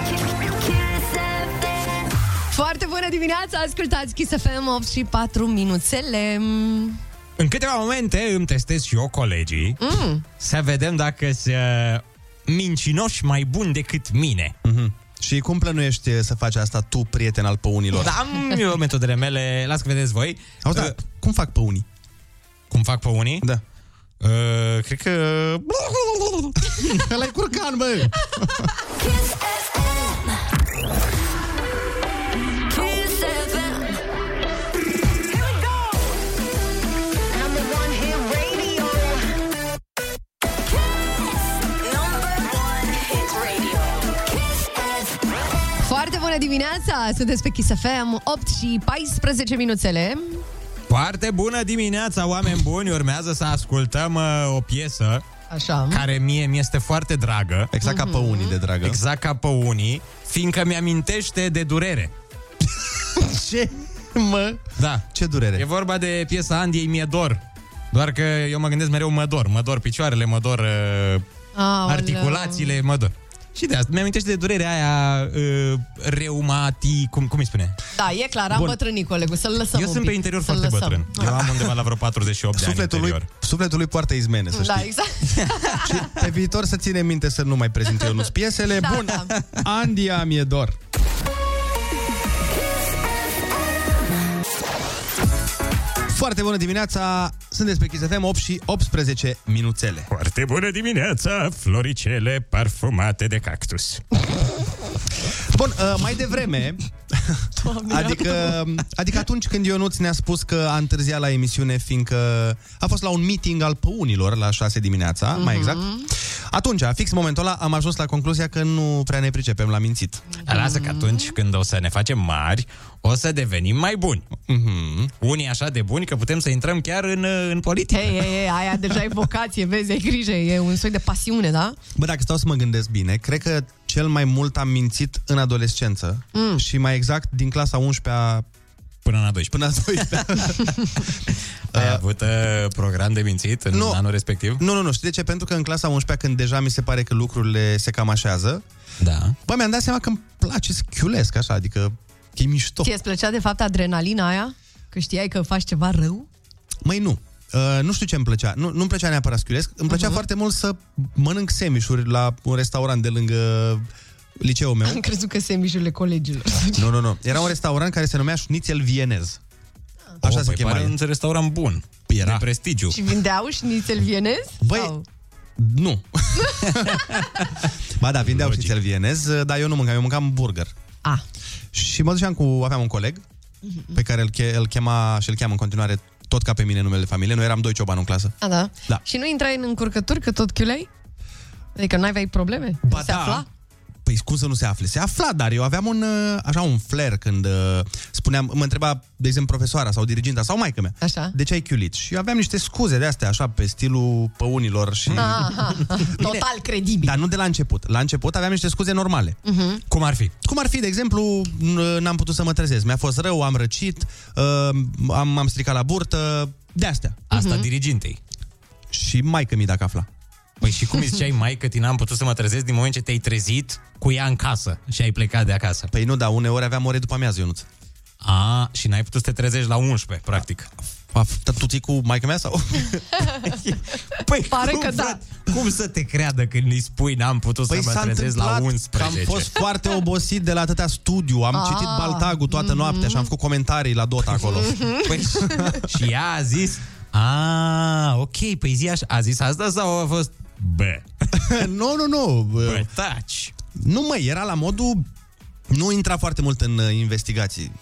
C: Kiss FM.
B: Foarte bună dimineața, ascultați Kiss FM 8 și 4 minuțele.
H: În câteva momente îmi testez și eu colegii
B: Mm.
H: să vedem dacă se mincinoși mai buni decât mine.
A: Mhm. Și cum plănuiești eh, să faci asta tu, prieten al păunilor?
B: Da.
H: Dar am eu metodele mele, las că vedeți voi.
A: Auzi, da,
H: Uh,
A: cum fac păunii?
H: Cum fac pe unii?
A: Da.
H: Uh, cred că...
A: Ăla e curcan, bă!
C: Kiss FM. Kiss FM. Here we go. Number one hit radio. Kiss. Number one hit radio. Kiss FM.
B: Foarte bună dimineața, sunteți pe Kiss FM 8 și 14 minuțele.
H: Foarte bună dimineața, oameni buni! Urmează să ascultăm uh, o piesă
B: Așa.
H: care mie mi-este foarte dragă.
A: Exact ca păunii de dragă.
H: Exact ca pe unii, fiindcă mi-amintește de durere.
A: Ce? Mă?
H: Da.
A: Ce
H: E
A: durere.
H: vorba de piesa Andiei Mie Dor. Doar că eu mă gândesc mereu mă dor, mă dor picioarele, mă dor uh,
B: Aoleu.
H: articulațiile, mă dor. Și de asta, mi-amintește de durerea aia uh, reumati, cum, cum îi spune?
B: Da, e clar, am
H: Bun.
B: bătrânit colegul, să-l lăsăm
H: eu
B: un
H: sunt
B: pic,
H: pe interior
B: să-l
H: foarte
B: lăsăm.
H: bătrân. Eu am undeva la vreo 48 de ani
A: Sufletul lui,
H: interior.
A: sufletul lui poartă izmene, să știi.
B: Da, exact.
A: Pe viitor să ține minte să nu mai prezint eu nu piesele.
B: Da,
A: Bun,
B: da.
A: Andia mi-e dor. Foarte bună dimineața, sunteți pe Kiss FM, 8 și 18 minuțele.
H: Foarte bună dimineața, floricele parfumate de cactus.
A: Bun, uh, mai devreme, adică, adică atunci când Ionuț ne-a spus că a întârziat la emisiune, fiindcă a fost la un meeting al păunilor la 6 dimineața, mm-hmm. mai exact, atunci, fix momentul ăla, am ajuns la concluzia că nu prea ne pricepem la mințit.
H: Lasă că atunci când o să ne facem mari, o să devenim mai buni.
A: Mhm.
H: Mm-hmm. Unii așa de buni că putem să intrăm chiar în, uh, în politică.
B: Hei, hei, hei, aia deja e vocație, vezi, ai grijă, e un soi de pasiune, da?
A: Bă, dacă stau să mă gândesc bine, cred că cel mai mult am mințit în adolescență mm. și mai exact din clasa 11-a
H: Până la 12.
A: Până la 12
H: Ai avut uh, program de mințit în
A: Nu.
H: anul respectiv?
A: Nu, nu, nu, știi de ce? Pentru că în clasa 11-a, când deja mi se pare că lucrurile se cam așează,
H: Da.
A: bă, mi-am dat seama că îmi place să chiulesc așa, adică că e mișto.
B: Ție îți plăcea de fapt adrenalina aia? Că știai că faci ceva rău?
A: Măi, nu. Uh, nu știu ce îmi plăcea. Nu, nu-mi plăcea neapărat să chiulesc. Îmi plăcea uh-huh. foarte mult să mănânc semișuri la un restaurant de lângă liceul meu.
B: Am crezut că se mișurile colegilor.
H: Da.
A: nu, nu, nu. Era un restaurant care se numea Schnitzel vienez. Așa
H: Oh,
A: se
H: păi
A: chema.
H: pare
A: el. Păi,
H: un restaurant bun.
A: Era.
H: De prestigiu.
B: Ah. și vindeau șnițel vienez?
A: Băi,
B: Sau?
A: Nu. ba da, vindeau
H: Logic.
A: și cel vienez, dar eu nu mâncam, eu mâncam burger.
B: A,
A: Și mă duceam cu, aveam un coleg
H: Păi-
A: pe care îl, che, îl chema și îl cheamă în continuare tot ca pe mine numele de familie. Noi eram doi ciobani în clasă.
B: a, da.
A: Da.
B: Și nu intrai în încurcături că tot chiulei? Adică n-aveai probleme?
A: Ba
B: se
A: da.
B: afla?
A: Păi cum să nu se afle? Se afla, dar eu aveam un, uh, așa, un flair când uh, spuneam, mă întreba, de exemplu, profesoara sau diriginta sau maică mea.
B: Așa.
A: De ce ai chiulit? Și eu aveam niște scuze de astea, așa, pe stilul păunilor și...
B: Aha, Ah, total credibil.
A: Dar nu de la început. La început aveam niște scuze normale.
H: Cum ar fi?
A: Cum ar fi, de exemplu, n- n-am putut să mă trezesc. Mi-a fost rău, am răcit, uh, am, m-am stricat la burtă, de-astea.
H: Asta
B: Mhm.
H: dirigintei.
A: Și maică mi dacă afla.
H: Păi și cum îi ziceai, mai că tine am putut să mă trezesc din moment ce te-ai trezit cu ea în casă și ai plecat de acasă.
A: Păi nu, da, uneori aveam ore după amiază, Ionuț.
H: A, și n-ai putut să te trezești la 11, practic.
A: A f- tu ții cu maică mea sau?
H: Păi
B: Pare
H: cum,
B: că da.
H: frate, Cum să te creadă când îi spui n-am putut
A: Păi
H: să
A: s-a
H: mă trezesc
A: întâmplat
H: la
A: că
H: 11?
A: am fost foarte obosit de la atâtea studiu, am
B: Ah,
A: citit Baltagul toată noaptea și am făcut comentarii la Dota acolo.
L: Mm-hmm.
H: Păi, și ea a zis, a, ok, păi zi așa, a zis asta sau a fost, bă,
A: nu, nu, nu.
H: bă, taci.
A: Nu, măi, era la modul... Nu intra foarte mult în uh, investigații.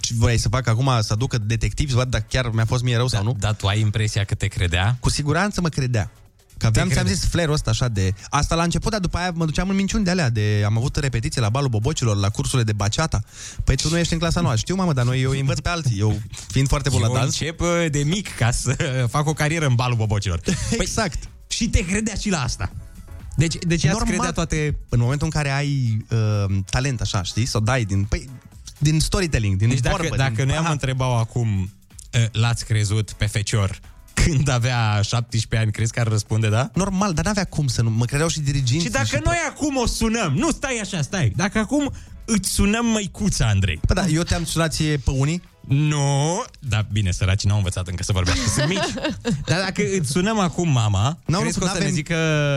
A: Ce vrei să fac acum? Să aducă detectivi, să vad dacă chiar mi-a fost mie rău sau nu?
H: Dar Da, tu ai impresia că te credea?
A: Cu siguranță mă credea. Că aveam,
H: Te
A: ți-am
H: crede.
A: zis, flerul ăsta așa de... Asta la început, dar după aia mă duceam în minciuni de alea. De... Am avut repetiții la balul bobocilor, la cursurile de baciata. Păi tu nu ești în clasa nouă. Știu, mamă, dar noi eu îi învăț pe alții. Eu, fiind foarte bun la
H: Eu
A: dans...
H: încep uh, de mic ca să uh, fac o carieră în balul bobocilor. Păi,
A: Exact.
H: Și te credea și la asta. Deci, deci ea îți
A: Normal.
H: credea toate...
A: În momentul în care ai uh, talent așa, știi? Sau dai din... Păi, din storytelling, din
H: Deci dacă,
A: vorbă,
H: dacă
A: din...
H: noi am întrebat acum, uh, l-ați crezut pe fecior când avea 17 ani, crezi că ar răspunde da?
A: Normal, dar n-avea cum să nu... Mă credeau și diriginții.
H: Și dacă noi acum o sunăm, nu stai așa, stai, dacă acum îți sunăm măicuța, Andrei.
A: Păi da, eu te-am sunat ție pe unii.
H: Nu, dar bine, săracii n-au învățat încă să vorbească, sunt mici. Dar dacă îți sunăm acum mama,
A: N-au
H: crezi că o să
A: n-avem-
H: ne zică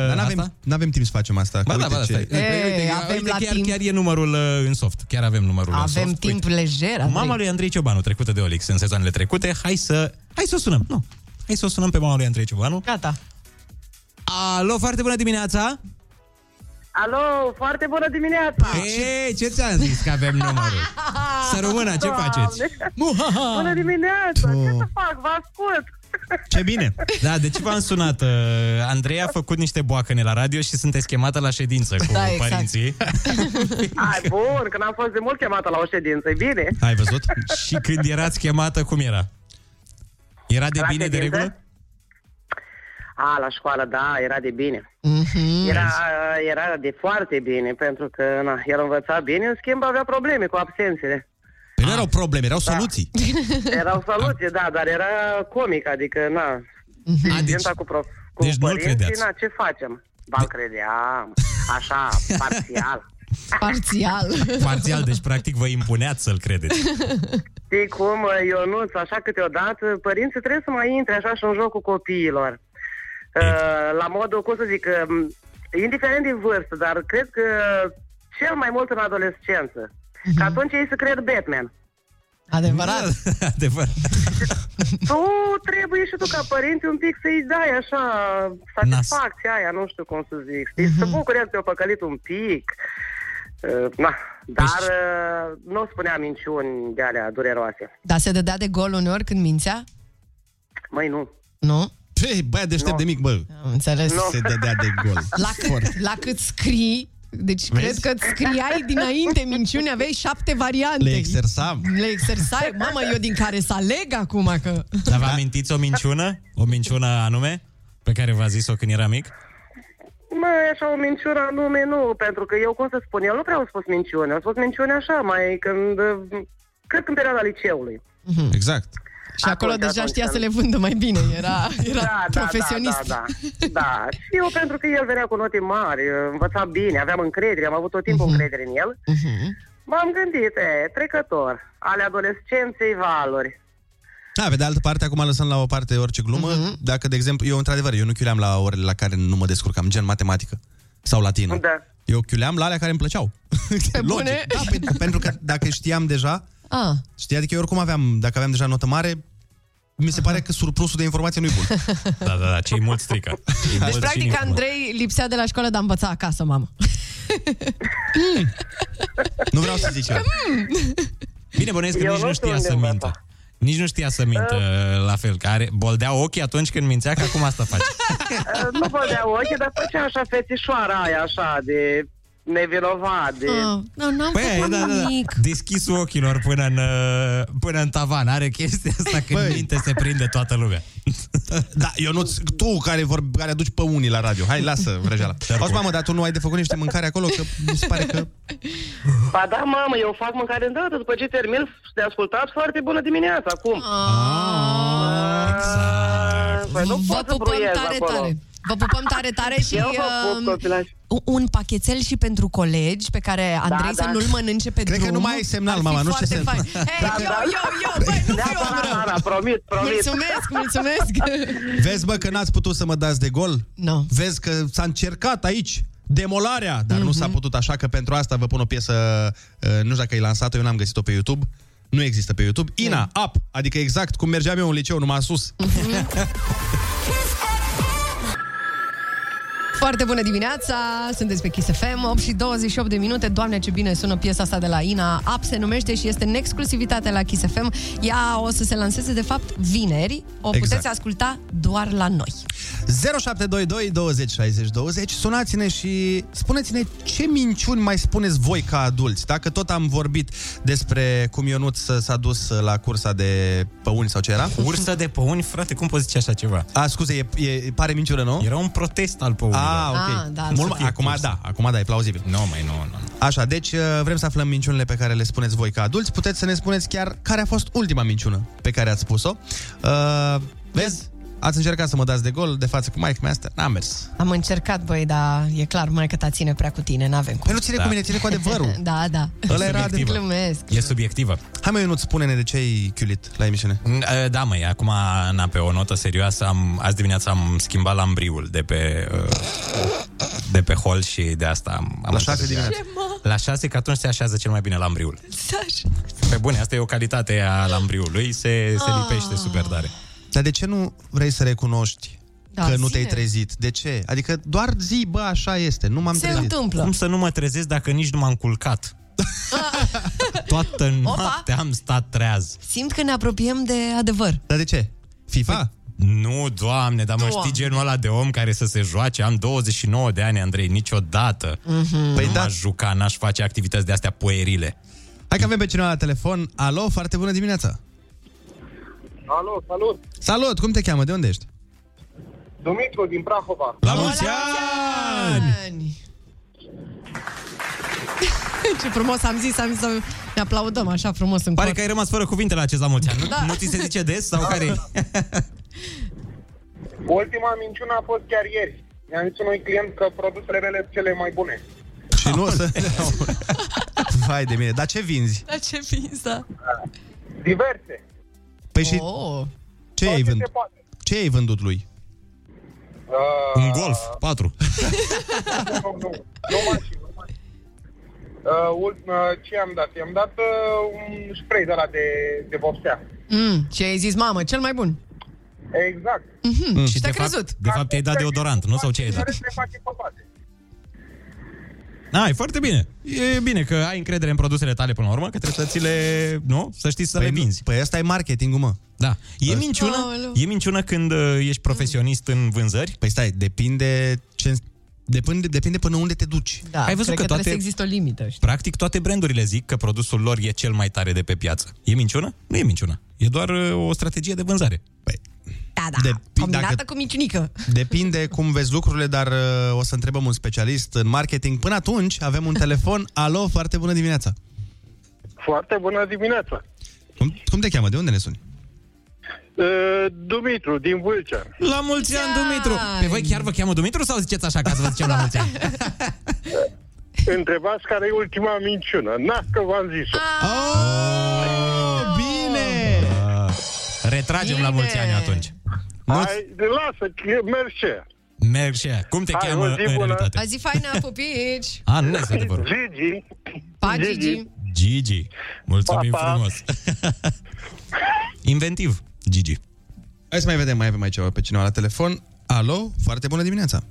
A: Dar
H: asta?
A: n-avem, n-avem timp să facem asta.
H: Ba
A: că
H: da, ba da,
A: ce-
H: stai.
B: Ei,
H: Uite,
B: avem
H: uite,
B: la
H: chiar,
B: timp.
H: chiar e numărul uh, în soft. Chiar avem numărul în soft.
B: Avem timp
H: Uite,
B: lejer. adică- Andrei.
H: Mama lui Andrei Ciobanu, trecută de Olix în sezoanele trecute, hai să, hai să o sunăm. Nu, hai să o sunăm pe mama lui Andrei Ciobanu.
B: Gata.
H: Alo, foarte bună dimineața!
K: Alo, foarte bună dimineața!
H: Ei, ce ți-am zis că avem numărul? Să rămână, ce faceți?
K: Bună dimineața! Ce să fac? Vă ascult!
A: Ce bine!
H: Da, de ce v-am sunat? Uh, Andrei a făcut niște boacăne la radio și sunteți chemată la ședință cu
B: Da,
H: da,
B: exact.
H: părinții.
K: Ai, bun, că n-am fost de mult chemată la o ședință, e bine.
A: Ai văzut?
H: Și când erați chemată, cum era? Era de
K: La
H: bine, de
K: ședință?
H: regulă?
K: A, la școală, da, era de bine.
L: Mm-hmm.
H: Mm.
B: da,
K: Era, era de foarte bine, pentru că na, el învăța bine, în schimb avea probleme cu absențele.
A: Păi nu erau probleme, erau
B: Da.
A: soluții.
K: Erau soluții, da, dar era comic, adică, na,
H: A, deci,
K: deci, cu, prof, cu
H: deci nu-l credeați.
K: părinții, na, ce facem? Ba, credeam, așa, parțial.
B: Parțial.
H: parțial, deci practic vă impuneați să-l credeți.
K: Știi cum, Ionuț, așa câteodată, părinții trebuie să mai intre așa și în jocul copiilor. Uh, La modul, cum să zic, um, indiferent de vârstă, dar cred că cel mai mult în adolescență. Că atunci ei se cred Batman.
B: Adevărat.
H: Adevărat.
L: Tu trebuie și tu ca părinte un pic să-i dai așa satisfacția aia, nu știu cum să zic. Știi? Să bucure că te-a păcălit un pic. Uh, Na, dar uh, nu spunea minciuni de alea dureroase.
B: Dar se dădea de gol uneori când mințea?
L: Măi, nu.
B: Nu?
A: Păi, băiat deștept de mic, bă.
B: Am înțeles.
A: Se dădea de gol.
B: La cât, la cât scrii, deci Vezi?
A: Vezi?
B: cred că scriai dinainte minciuni, aveai șapte variante.
A: Le exersam.
B: Le exersai. Mamă, eu din care să aleg acum că...
H: Dar vă amintiți o minciună? O minciună anume? Pe care v-a zis-o când era mic?
L: Mă, așa o minciună anume, nu, pentru că eu, cum să spun, eu nu prea am spus minciune. Am spus minciune așa, mai când, uh, cred că în perioada liceului.
A: Exact.
B: Și acolo
L: Atunci,
B: deja
L: atunci,
B: știa să
L: atunci.
B: le vândă mai bine. Da, Era, era profesionist.
L: Da, da, da, da. Și eu, pentru că el venea cu note mari, învăța bine, aveam încredere, am avut tot timpul
B: Mhm.
L: uh-huh. încredere în el. M-am gândit, e, trecător, ale adolescenței valori.
A: Da, pe de altă parte, acum lăsăm la o parte orice glumă. Dacă, de exemplu, eu, într-adevăr, eu nu chiuleam la orele la care nu mă descurcam, gen matematică sau latină.
L: Da.
A: Eu chiuleam la alea care îmi plăceau. Pe
B: bune?
A: Da, pentru, pentru că dacă știam deja,
B: Ah,
A: știi, adică eu oricum aveam, dacă aveam deja notă mare, mi se pare că surplusul de informație nu-i bun.
H: Da, da, da, cei mulți strică. Cei mulți
B: deci,
H: și
B: practic,
H: nefumă.
B: Andrei lipsea de la școală, dar învăța acasă, mamă.
A: nu vreau să zic eu.
H: Bine, bănuiesc că
L: Eu
H: nici
L: nu
H: nu
L: știu
H: știa
L: unde
H: să
L: mă
H: mintă. Nici nu știa să mintă la fel, că are, boldea ochii atunci când mințea, că acum asta face.
L: Uh, Nu vădea ochii, dar făcea așa fetișoara aia, așa, de nevinovat, de...
B: Ah, nu, n-am
H: Păi, aia e,
B: făcut
H: da, da, da.
B: nimic.
H: Deschisul ochilor până în, uh, până în tavan. Are chestia asta când
A: Băi.
H: minte se prinde toată lumea.
A: Da, eu nu tu care, vor, care aduci pe unii la radio. Hai, lasă vrăjeala. Auzi, mamă, dar tu nu ai de făcut niște mâncare acolo? Că mi se pare că...
L: Ba da, mamă, eu fac mâncare îndată, după ce termin de ascultat, foarte bună dimineața, acum.
A: Ah,
L: Ah,
H: Exact.
L: Păi nu
B: Vă
L: pot să
B: pupăm
L: bruiez
B: tare,
L: acolo.
B: tare. Vă pupăm tare, tare și
L: Eu vă pup,
B: um,
L: copilași.
B: un- un pachetel și pentru colegi pe care Andrei
L: da.
B: să nu-l mănânce pe
A: Cred că
B: drum.
A: nu mai ai semnal,
B: Ar fi
A: mama, nu știu
B: foarte
A: ce
B: fain.
A: semnal.
B: Hei, eu, eu, eu, băi, nu
L: Da,
B: fiu om
L: da,
B: rău.
L: da, da, promit, promit.
B: Mulțumesc, mulțumesc.
A: Vezi, bă, că n-ați putut să mă dați de gol?
B: Nu.
A: Vezi că s-a încercat aici demolarea, dar nu
B: Mhm.
A: s-a putut, așa că pentru asta vă pun o piesă, uh, nu știu dacă ai lansat-o, eu n-am găsit-o pe YouTube. Nu există pe YouTube. Ina, up, adică exact cum mergeam eu în liceu, numai sus.
B: Mhm. Foarte bună dimineața, sunteți pe Kiss FM, 8 și 28 de minute. Doamne, ce bine sună piesa asta de la Ina. Up se numește și este în exclusivitate la Kiss FM. Ea o să se lanseze, de fapt, vineri. O
A: Exact.
B: puteți asculta doar la noi.
A: 0722 20 60 20 Sunați-ne și spuneți-ne ce minciuni mai spuneți voi ca adulți. Dacă tot am vorbit despre cum Ionut s- s-a dus la cursa de păuni sau ce era?
H: Ursă de păuni, frate, cum poți zice așa ceva?
A: A, scuze, e, e pare minciună, nu?
H: Era un protest al păunilor.
A: A, ok.
B: Ah, da, să
A: Mult, mai- acum da, acum da, e plauzibil.
H: Nu, mai nu, nu. nu.
A: Așa, deci uh, vrem să aflăm minciunile pe care le spuneți voi ca adulți. Puteți să ne spuneți chiar care a fost ultima minciună pe care ați spus-o. Uh, vezi? Ați încercat să mă dați de gol de față cu maică mea asta? N-a mers.
B: Am încercat, băi, dar e clar, mai că ta ține prea cu tine, n-avem cum.
A: Păi nu ține
H: Da.
A: cu mine, ține cu adevărul.
B: Da, da.
A: Ăla era
H: Subiectivă.
A: adevărul.
B: Glumesc.
H: E subiectivă.
A: Hai mă, Ionut, spune-ne de ce ai chiulit la emisiune.
H: N- uh, Da, măi, acum, na, pe o notă serioasă, am, azi dimineața am schimbat lambriul de pe, uh, de pe hol și de asta am... am
A: La șase
L: da.
H: întârziat.
A: dimineața.
H: La șase, că atunci se așează cel mai bine lambriul. Pe bune, asta e o calitate a lambriului, se,
B: Ah.
H: se lipește super tare.
A: Dar de ce nu vrei să recunoști
B: Da,
A: că nu
B: zine.
A: te-ai trezit? De ce? Adică doar zi, bă, așa este, nu m-am
B: Se
A: trezit.
B: întâmplă.
H: Cum să nu mă trezesc dacă nici nu m-am culcat?
B: Ah.
H: Toată noaptea am stat treaz.
B: Simt că ne apropiem de adevăr.
A: Dar de ce? FIFA?
H: Păi, Nu, doamne, dar mă
B: Doamne.
H: știi genul ăla de om care să se joace? Am 29 de ani, Andrei, niciodată.
B: Mhm.
H: Mm-hmm.
A: Păi
H: nu
A: da.
H: m-aș juca, n-aș face activități de astea puerile.
A: Hai că avem pe cineva la telefon. Alo, foarte bună dimineața!
J: Alo, salut!
A: Salut, cum te cheamă? De unde ești?
J: Dumitru din Prahova.
A: La
B: ani! Ce frumos am zis, am zis să ne aplaudăm așa frumos în
H: Pare
B: cor.
H: că ai rămas fără cuvinte la acest la mulți ani. Nu,
B: Da.
H: nu ți se zice des? Sau care
J: Ultima minciună a fost chiar ieri. Mi-am zis unui client că produsele mele sunt cele mai bune.
A: Și nu o să... Vai de mine, dar ce vinzi?
B: Da, ce pizza!
J: Diverse.
A: Păi și
B: Oh.
A: ce
J: Tot
A: ai
J: ce
A: vândut?
J: se poate.
A: Ce ai vândut lui?
J: Uh,
H: Un golf, patru.
J: nu, nu, nu mașină, nu mașină. Uh, ul- uh, ce am dat? I-am dat uh, un spray de la de, de vopsea.
B: Mm, și ai zis, mamă, cel mai bun.
J: Exact.
A: Mm.
B: Mm-hmm. Și te-a
H: Mm. de fapt,
B: crezut.
H: de fapt, ai dat deodorant, nu? Sau ce ai dat?
J: Ne face păpate.
H: Da, e foarte bine. E bine că ai încredere în produsele tale până la urmă, că trebuie să ți le, nu? Să știi să
A: Păi
H: le
A: nu.
H: vinzi.
A: Păi asta e marketingul, mă.
H: Da. E
A: Asta-
H: minciună,
B: Aoleu.
H: e minciună când uh, ești profesionist în vânzări.
A: Păi stai, depinde ce... Depinde, depinde până unde te duci.
B: Da,
H: Ai văzut
B: cred
H: că
B: că,
H: toate-
B: trebuie să există o limită. Știi?
H: Practic toate brandurile zic că produsul lor e cel mai tare de pe piață. E minciună? Nu e minciună. E doar uh, o strategie de vânzare.
A: Păi,
B: Da, da.
A: De-
H: Păi
B: Combinată
A: Păi dacă-
B: cu minciunică.
A: depinde cum vezi lucrurile, dar uh, o să întrebăm un specialist în marketing. Până atunci avem un telefon. Alo, foarte bună dimineața.
J: Foarte bună dimineața.
A: Cum, cum te cheamă? De unde ne suni?
J: Uh, Dumitru, din Vâlcea.
H: La mulți ani, Dumitru! Pe voi chiar vă cheamă Dumitru sau ziceți așa ca să vă zicem la mulți ani?
J: Întrebați care e ultima minciună. Na, că v-am zis-o.
H: Ah!
A: Oh, bine!
H: Uh, retragem la mulți ani atunci. Nu
J: Hai, lasă, că merg și aia.
H: merg și aia. Cum te
J: Hai,
H: cheamă
J: o
H: în
J: zi bună.
H: realitate?
B: A zi faina, pupici!
H: A, nu este adevărul.
J: Gigi.
B: Pa, Gigi!
H: Gigi. Mulțumim
J: Pa, pa.
H: frumos. Inventiv, Gigi.
A: Hai să mai vedem, mai avem mai ceva pe cineva la telefon. Alo, foarte bună dimineața.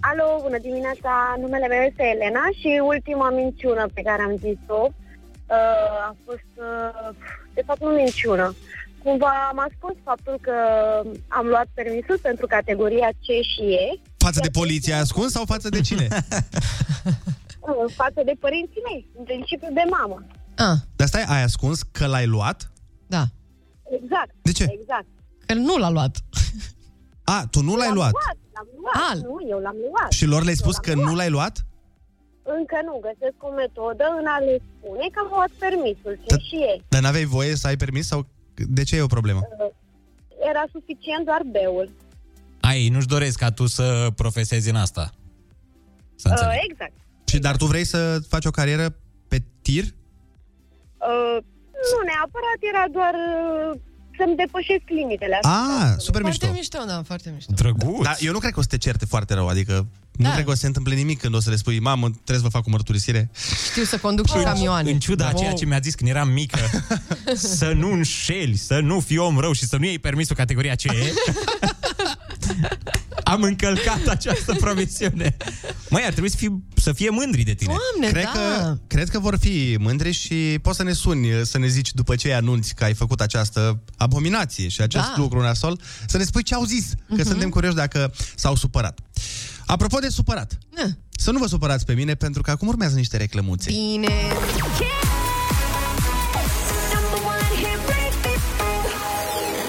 M: Alo, bună dimineața! Numele meu este Elena și ultima minciună pe care am zis-o uh, a fost, uh, de fapt, nu minciună. Cumva am ascuns faptul că am luat permisul pentru categoria C și E
A: Față de poliție ai ascuns sau față de cine?
M: în față de părinții mei, în principiu de mamă.
B: Ah,
A: Dar stai, ai ascuns că l-ai luat?
B: da.
M: Exact.
A: De ce?
M: Exact.
B: Că nu l-a luat.
A: A, tu nu l-ai luat.
M: L-am luat.
B: Al.
M: Nu, eu l-am luat.
A: Și lor le-ai spus că nu l-ai luat?
M: Încă nu găsesc o metodă în a le spune că am luat permisul C
A: Da-
M: și E.
A: Dar n-aveai voie să ai permis sau de ce e o problemă?
M: Era suficient doar B-ul.
H: Ai, nu-și doresc ca tu să profesezi în asta. Să înțeleg.
M: Uh, exact.
A: Și dar tu vrei să faci o carieră pe tir?
M: Uh, nu neapărat, era doar uh, să-mi depășesc limitele. așa.
A: Ah, super mișto.
B: Foarte mișto, da, foarte mișto.
H: Drăguț.
A: Dar eu nu cred că o să te certe foarte rău, adică nu
B: Da.
A: cred că o să se întâmple nimic când o să le spui, mamă, trebuie să vă fac o mărturisire.
B: Știu să conduc și camioane.
H: În ciuda a ceea ce mi-a zis când eram mică, să nu înșeli, să nu fii om rău și să nu iei permisul categoria ce e, am încălcat această promisiune. Măi, ar trebui să, fii, să fie mândri de tine.
B: Doamne,
A: Cred,
B: da!
A: că, cred că vor fi mândri și poți să ne suni, să ne zici după ce anunți că ai făcut această abominație și acest
B: Da. Mhm.
A: lucru nasol, să ne spui ce au zis, că suntem curioși dacă s-au supărat. Apropo de supărat,
B: Na,
A: să nu vă supărați pe mine, pentru că acum urmează niște reclămuțe.
B: Bine!
C: Number one hit radio.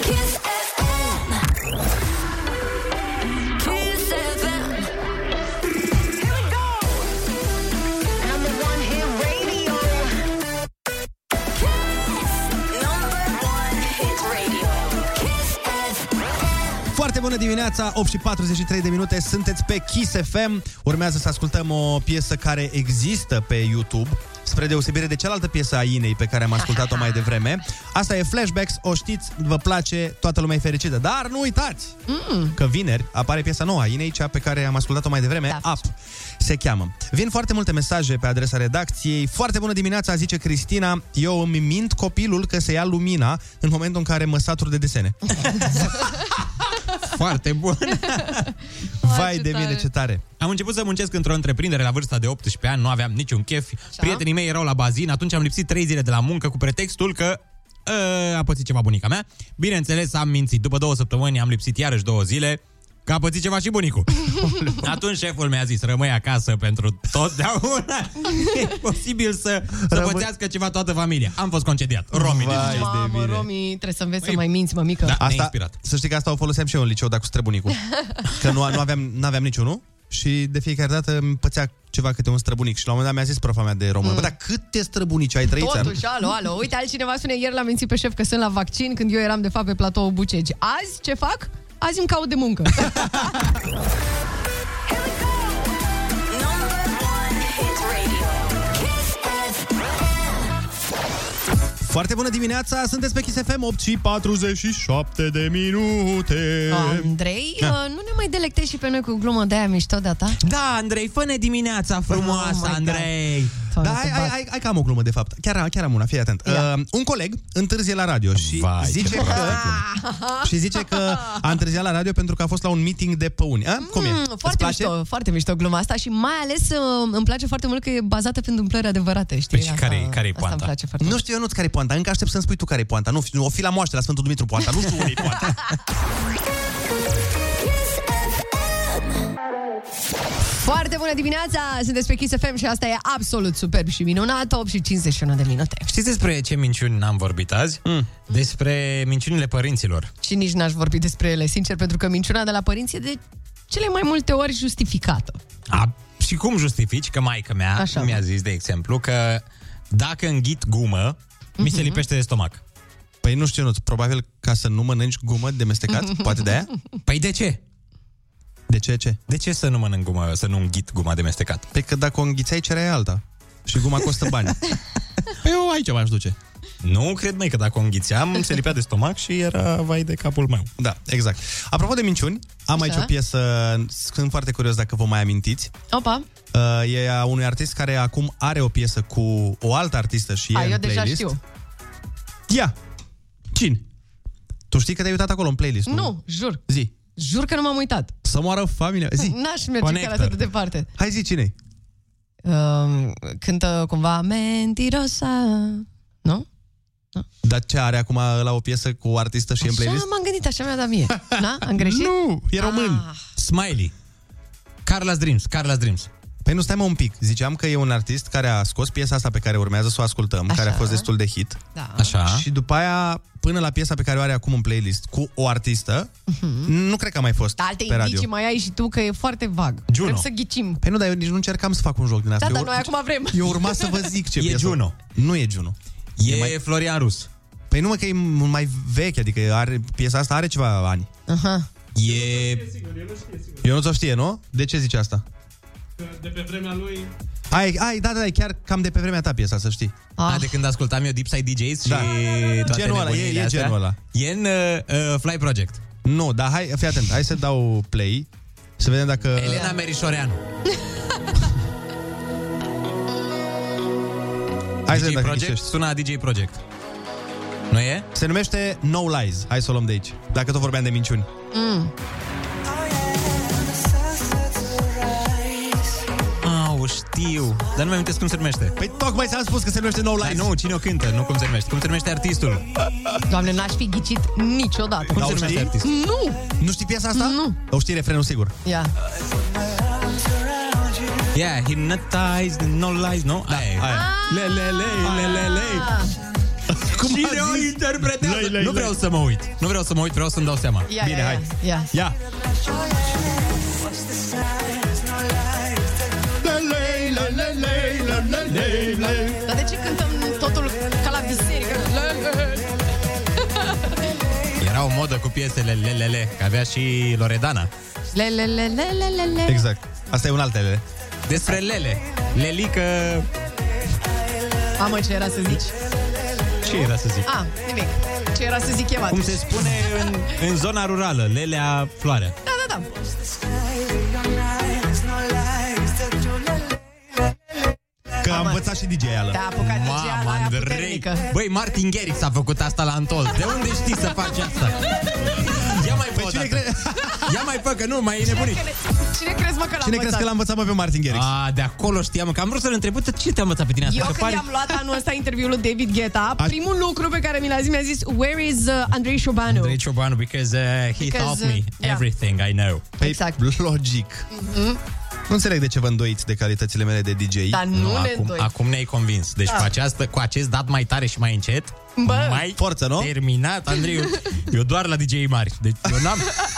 C: Kiss FM. Kiss FM. Here we go. Number one hit radio. Kiss. Number one hit radio. Kiss FM.
A: Foarte bună dimineața, 8 și 43 de minute, sunteți pe Kiss FM. Urmează să ascultăm o piesă care există pe YouTube, spre deosebire de cealaltă piesă a Inei pe care am ascultat-o mai devreme. Asta e Flashbacks, o știți, vă place, toată lumea e fericită. Dar nu uitați mm. că vineri apare piesa nouă a Inei, cea pe care am ascultat-o mai devreme,
B: Da.
A: Up se cheamă. Vin foarte multe mesaje pe adresa redacției. Foarte bună dimineața, zice Cristina, eu îmi mint copilul că se ia lumina în momentul în care mă satur de desene.
H: Foarte bun.
A: Vai
B: ce
A: de mine,
B: tare.
A: ce tare!
H: Am început să muncesc într-o întreprindere la vârsta de 18 ani, nu aveam niciun chef. Prietenii mei erau la bazin, atunci am lipsit 3 zile de la muncă cu pretextul că "Ă, a pățit ceva bunica mea. Bineînțeles, am mințit. După două săptămâni am lipsit iarăși două zile, că a pățit ceva și bunicul. Atunci șeful mi-a zis, rămâi acasă pentru totdeauna. e posibil să, să
A: Rămâi-
H: pățească ceva toată familia. Am fost concediat. Romi, deci. de
A: Vai. de
B: Mamă,
A: bine.
B: Romi, trebuie să înveți să
H: Păi-
B: mai minți, mămică.
H: Da.
A: Asta,
H: Neinspirat.
A: Să știi că asta o foloseam și eu în liceu, dar cu străbunicul. Că nu, nu aveam, aveam niciunul și de fiecare dată îmi pățea ceva câte un străbunic. Și la un moment dat mi-a zis profa mea de română, mm. bă, dar câte străbunici ai trăit? țară?"
B: Totuși, alo, alo, uite, altcineva spune Ieri l-am mințit pe șef că sunt la vaccin Când eu eram de fapt pe platou Bucegi Azi ce fac? Azi îmi caut de muncă
C: Here we go. Number one hit radio. Kiss FM.
A: Foarte bună dimineața, sunteți pe Kiss FM, 8 și 47 de minute.
B: Andrei,
A: Da.
B: uh, nu ne mai delectezi și pe noi cu glumă de aia mișto de-a ta?
H: Da, Andrei, fă-ne dimineața frumoasă,
B: Oh my God.
H: Andrei!
A: Da, hai, hai, hai, hai că am o glumă, de fapt. Chiar, chiar am una, fii atent. Uh, un coleg întârzie la radio și Vai, zice că... Și zice că a întârziat la radio pentru că a fost la un meeting de păuni. A? Cum e?
B: Mm, foarte
A: place?
B: mișto, foarte mișto gluma asta și mai ales uh, îmi place foarte mult că e bazată pe întâmplări adevărate,
H: Păi
B: știi?
A: Păi
B: Asta-
A: care e
B: Asta îmi place foarte
A: Nu știu eu nu care e poanta. Încă aștept să-mi spui tu care e poanta. Nu, o fi la moaște la Sfântul Dumitru poanta. Nu știu unde e poanta.
B: Foarte bună dimineața! Sunteți pe Kiss FM și asta e absolut superb și minunat. 8 și 51 de minute.
H: Știți despre ce minciuni n-am vorbit azi? Mm. Despre minciunile părinților.
B: Și nici n-aș vorbi despre ele, sincer, pentru că minciuna de la părinți e de cele mai multe ori justificată.
H: A, și cum justifici că maica mea Așa. mi-a zis, de exemplu, că dacă înghit gumă, mm-hmm. mi se lipește de stomac.
A: Păi nu știu, nu probabil ca să nu mănânci gumă de mestecat, poate de aia?
H: Păi de ce?
A: De ce, ce?
H: De ce să nu mănânc gumă, să nu înghit guma de mestecat?
A: Pe că dacă o înghițeai, cereai alta. Și guma costă bani. păi eu aici m-aș duce.
H: Nu cred, mai că dacă o înghițeam, se lipea de stomac și era vai de capul meu.
A: Da, exact. Apropo de minciuni, am
B: Așa.
A: aici o piesă, sunt foarte curios dacă vă mai amintiți.
B: Opa!
A: Uh, e a unui artist care acum are o piesă cu o altă artistă și e
B: A,
A: în
B: eu deja
A: playlist.
B: știu.
A: Ia! Cine? Tu știi că te-ai uitat acolo în playlist, nu?
B: Nu, jur.
A: Zi.
B: Jur că nu m-am uitat.
A: Să moară familia. Zi.
B: N-aș merge chiar atât de departe.
A: Hai zi cine
B: Uh, cântă cumva Mentirosa. Nu?
A: Dar ce are acum la o piesă cu o artistă și e în
B: Așa
A: playlist?
B: m-am gândit, așa mi-a dat mie. Na? Am greșit?
A: Nu, e român.
B: Ah.
H: Smiley. Carla's Dreams, Carla's Dreams.
A: Păi nu, stai mă un pic. Ziceam că e un artist care a scos piesa asta pe care urmează să o ascultăm,
B: Așa.
A: care a fost destul de hit.
B: Da.
H: Așa.
A: Și după aia, până la piesa pe care o are acum în playlist cu o artistă, nu cred că a mai fost
B: Mhm. Dar Alte
A: pe radio.
B: indicii mai ai și tu că e foarte vag.
A: Juno.
B: Vrem să ghicim.
A: Păi nu, dar eu nici nu încercam să fac un joc din asta.
B: Da, dar
A: eu,
B: noi acum vrem.
A: eu urma să vă zic ce
H: E
A: piesă.
H: Juno.
A: Nu e Juno.
H: E, e mai... Florian Rus.
A: Păi numai că e mult mai vechi, adică are, piesa asta are ceva ani.
B: Aha.
H: E...
A: Eu nu o știe, nu? De ce zici asta?
N: De pe vremea lui...
A: Ai, ai, da, da, da, e chiar cam de pe vremea ta piesa, să știi.
H: Ah. de când ascultam eu Deep Side DJs și
A: Da.
H: toate
A: Genul ăla, e,
H: nebuniile
A: e
H: astea.
A: genul ăla.
H: E în uh, uh, Fly Project.
A: Nu, dar hai, fii atent, hai să dau play, să vedem dacă...
H: Elena Merișoreanu.
A: Hai să
H: DJ
A: vedem dacă
H: Project
A: ghicești.
H: suna DJ Project. Nu e?
A: Se numește No Lies. Hai să o luăm de aici, dacă tot vorbeam de minciuni.
C: Uh-huh.
B: Mm.
H: Au, știu. Dar nu mi-am inteles cum se numește.
A: Păi tocmai ți-am spus că se numește No Lies.
H: Dar nu, cine o cântă, nu cum se numește. Cum se numește artistul?
B: Doamne, n-aș fi ghicit niciodată.
H: Cum
A: Da,
H: se
A: o
H: numește
A: știi?
H: artistul?
B: Nu!
A: Nu știi piesa asta?
B: Nu.
A: O știi refrenul sigur.
B: Ia.
H: Yeah, hypnotized, no lies, nu? Da, aia. e.
B: Ah!
A: Aia.
H: Le, le, le, le, le,
C: Ah.
H: le.
A: Cum
H: Cine
A: a
H: o
A: zis?
H: interpretează?
A: Lei, lei,
H: nu vreau să mă uit. Nu vreau să mă uit, vreau să-mi dau seama.
B: Ia,
A: Bine,
B: ia,
A: hai.
B: Ia.
A: Ia!
B: Dar de ce cântăm totul ca la biserică?
H: Era o modă cu piesele le, le, le, că avea și Loredana.
B: Le, le, le, le, le, le, le.
A: Exact. Asta e un altele.
H: Despre lele. Lelică...
B: Mamă, ce era să zici?
H: Ce era să zic?
B: A, nimic. Ce era să zic eu
H: Cum
B: atunci?
H: se spune în, în zona rurală, lelea floarea.
B: Da, da, da.
A: Că am învățat și DJ-ala.
B: Te-a Da, apucat DJ la
H: Mama,
B: aia
H: Andrei!
B: puternică.
H: Băi, Martin Garrix a făcut asta la Antol. De unde știi să faci asta? Ia mai fă o
A: cine
H: dată.
A: cre-
H: Ia mai fă, că nu, mai e nebunit.
B: Păi Cine crezi, mă, că l-am
A: Cine crezi că l-a învățat, mă, pe Martin Garrix?
H: A, de acolo știam, că am vrut să-l întreb, uite, cine te-a învățat pe tine asta?
B: Eu
H: Că
B: când
H: pare-
B: i-am luat anul ăsta interviul lui David Guetta, primul lucru pe care mi l-a zis, mi-a zis Where is uh, Andrei Șobanu?
H: Andrei Ciobanu, because uh, he
B: Because,
H: taught
B: uh,
H: me
B: yeah.
H: everything I know.
A: Păi,
B: exact.
A: logic.
B: Hmm?
A: Nu înțeleg de ce vă îndoiți de calitățile mele de DJ.
B: Dar nu, ne
H: acum,
B: îndoi.
H: acum ne-ai convins. Deci cu, această, cu acest dat mai tare și mai încet,
B: Bă.
H: mai
A: Forță, nu?
H: terminat, Andrei. Eu, eu doar la DJ mari. Deci eu n-am...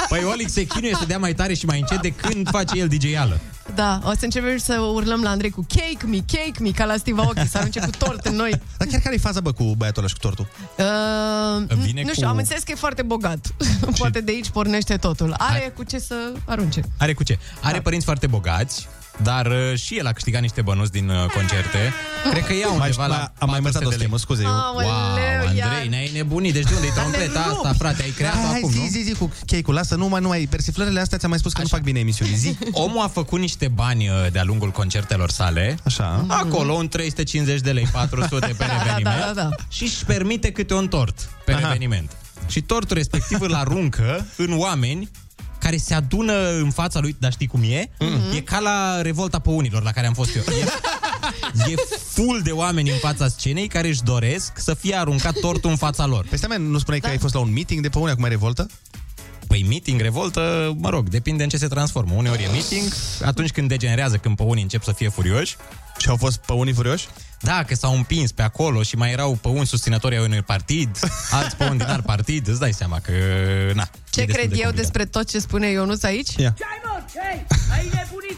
H: Păi Olic se chinuie să dea mai tare și mai încet de când face el DJ-ală.
B: Da, o să începem să urlăm la Andrei cu Cake me, cake me, ca la Steve Aoki, Uh, să arunce cu tort în noi.
A: Dar chiar care-i faza, bă, cu băiatul ăla și cu tortul?
B: Uh,
H: Vine
B: nu
H: cu-
B: știu, am înțeles că e foarte bogat. Poate de aici pornește totul. Are cu ce să arunce. Da.
H: Are cu ce? Are părinți foarte bogați, Dar uh, și el a câștigat niște bănuți din uh, concerte. Cred că ia undeva
A: mai-
H: la
A: am mai învățat
H: 400
A: o
H: de lei.
A: schemă, scuze, eu.
H: Wow,
A: Aoleu,
H: Andrei,
A: iar.
H: ne-ai nebunit. Deci de unde-i trompeta asta, frate? Ai creat
A: hai,
H: acum,
A: zi,
H: nu?
A: zi, zi cu cheiul. Lasă, nu mai, nu mai. Persiflările astea ți-am mai spus că nu fac bine emisiunii. Zi.
H: Omul a făcut niște bani uh, de-a lungul concertelor sale. Mm-hmm.
A: Așa.
H: Acolo, un 350 de lei, 400 pe reveniment.
B: da, da.
H: Și își permite câte un tort pe
B: Aha.
H: reveniment. Și tortul respectiv îl aruncă în oameni care se adună în fața lui, dar știi cum e? Mm-hmm. E ca la Revolta Păunilor, la care am fost eu. E, e full de oameni în fața scenei care își doresc să fie aruncat tortul în fața lor.
A: Peste mea, nu spuneai da. că ai fost la un meeting de păune, acum e revoltă?
H: Păi meeting, revoltă, mă rog, depinde în ce se transformă. Uneori e meeting, atunci când degenerează, când pe unii încep să fie furioși.
A: Și au fost pe unii furioși?
H: Da, că s-au împins pe acolo și mai erau pe unii susținători ai unui partid, alți pe un din alt partid, îți dai seama că, na.
B: Ce
H: e destul
B: cred
H: de
B: de eu
H: complicat.
B: despre tot ce spune Ionuț aici? Da,
H: Ia.
B: ai mă, ce Ai nebunit!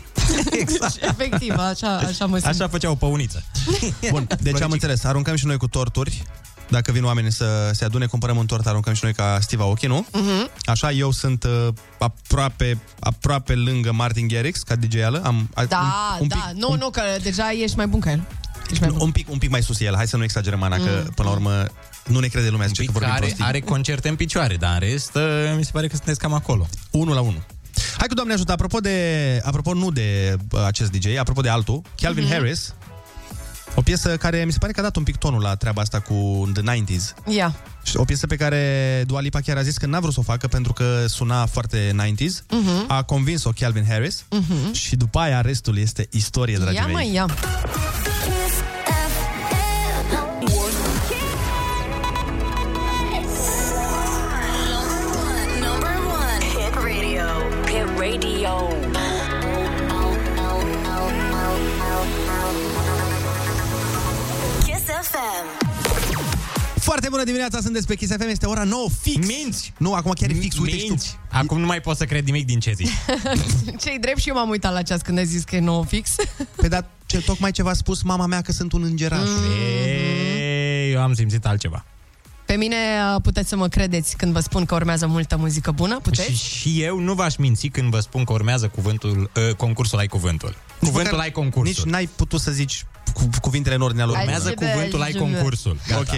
B: exact. Efectiv, așa, așa mă simt.
H: Deci, Așa făceau pe uniță.
A: Bun, deci am înțeles. Aruncăm și noi cu torturi. Dacă vin oamenii să se adune, cumpărăm un tort, aruncăm și noi ca Steve Aoki, nu?
B: Mhm.
A: Așa, eu sunt uh, aproape, aproape lângă Martin Garrix, ca dj -ală. Am, a-
B: Da,
A: un, un
B: da, nu, nu, că deja ești mai bun ca el.
A: Pic, un, pic, un pic mai sus e el, hai să nu exagerăm, Ana, că
B: Mm.
A: până la urmă nu ne crede lumea, zice că vorbim
H: Păi Are,
A: prostii.
H: are concerte în picioare, dar în rest, uh, mi se pare că sunteți cam acolo.
A: Unul la unul. Hai cu Doamne ajută, apropo de, apropo nu de uh, acest DJ, apropo de altul, Calvin
B: Mhm.
A: Harris, o piesă care mi se pare că a dat un pic tonul la treaba asta cu The 90s.
B: Ia.
A: Și O piesă pe care Dua Lipa chiar a zis că n-a vrut să o facă pentru că suna foarte 90s.
B: Mhm.
A: A convins-o Calvin Harris
B: Mhm.
A: și după aia restul este istorie, dragii
B: Ia
A: mei.
B: mai ia.
C: Number one hit radio. Hit radio. Kiss FM.
A: Foarte bună dimineața, sunteți pe Kiss FM, este ora 9 fix. Minți! Nu, acum chiar e fix, uite și tu.
H: Acum nu mai pot să cred nimic din ce zici.
B: Mhm. Cei drept și eu m-am uitat la ceas când ai zis că e nou fix.
A: Păi dar ce, tocmai ce v-a spus mama mea că sunt un îngeraș.
B: Mm.
H: Ei, eu am simțit altceva.
B: Pe mine uh, puteți să mă credeți când vă spun că urmează multă muzică bună,
H: Păi Și,
B: puteți?
H: și eu nu v-aș minți când vă spun că urmează cuvântul, uh, concursul ai cuvântul. Cuvântul ai concursul.
A: Nici n-ai putut să zici cu, cuvintele în ordinea lor.
H: Urmează cuvântul ai concursul. Gata.
A: Ok.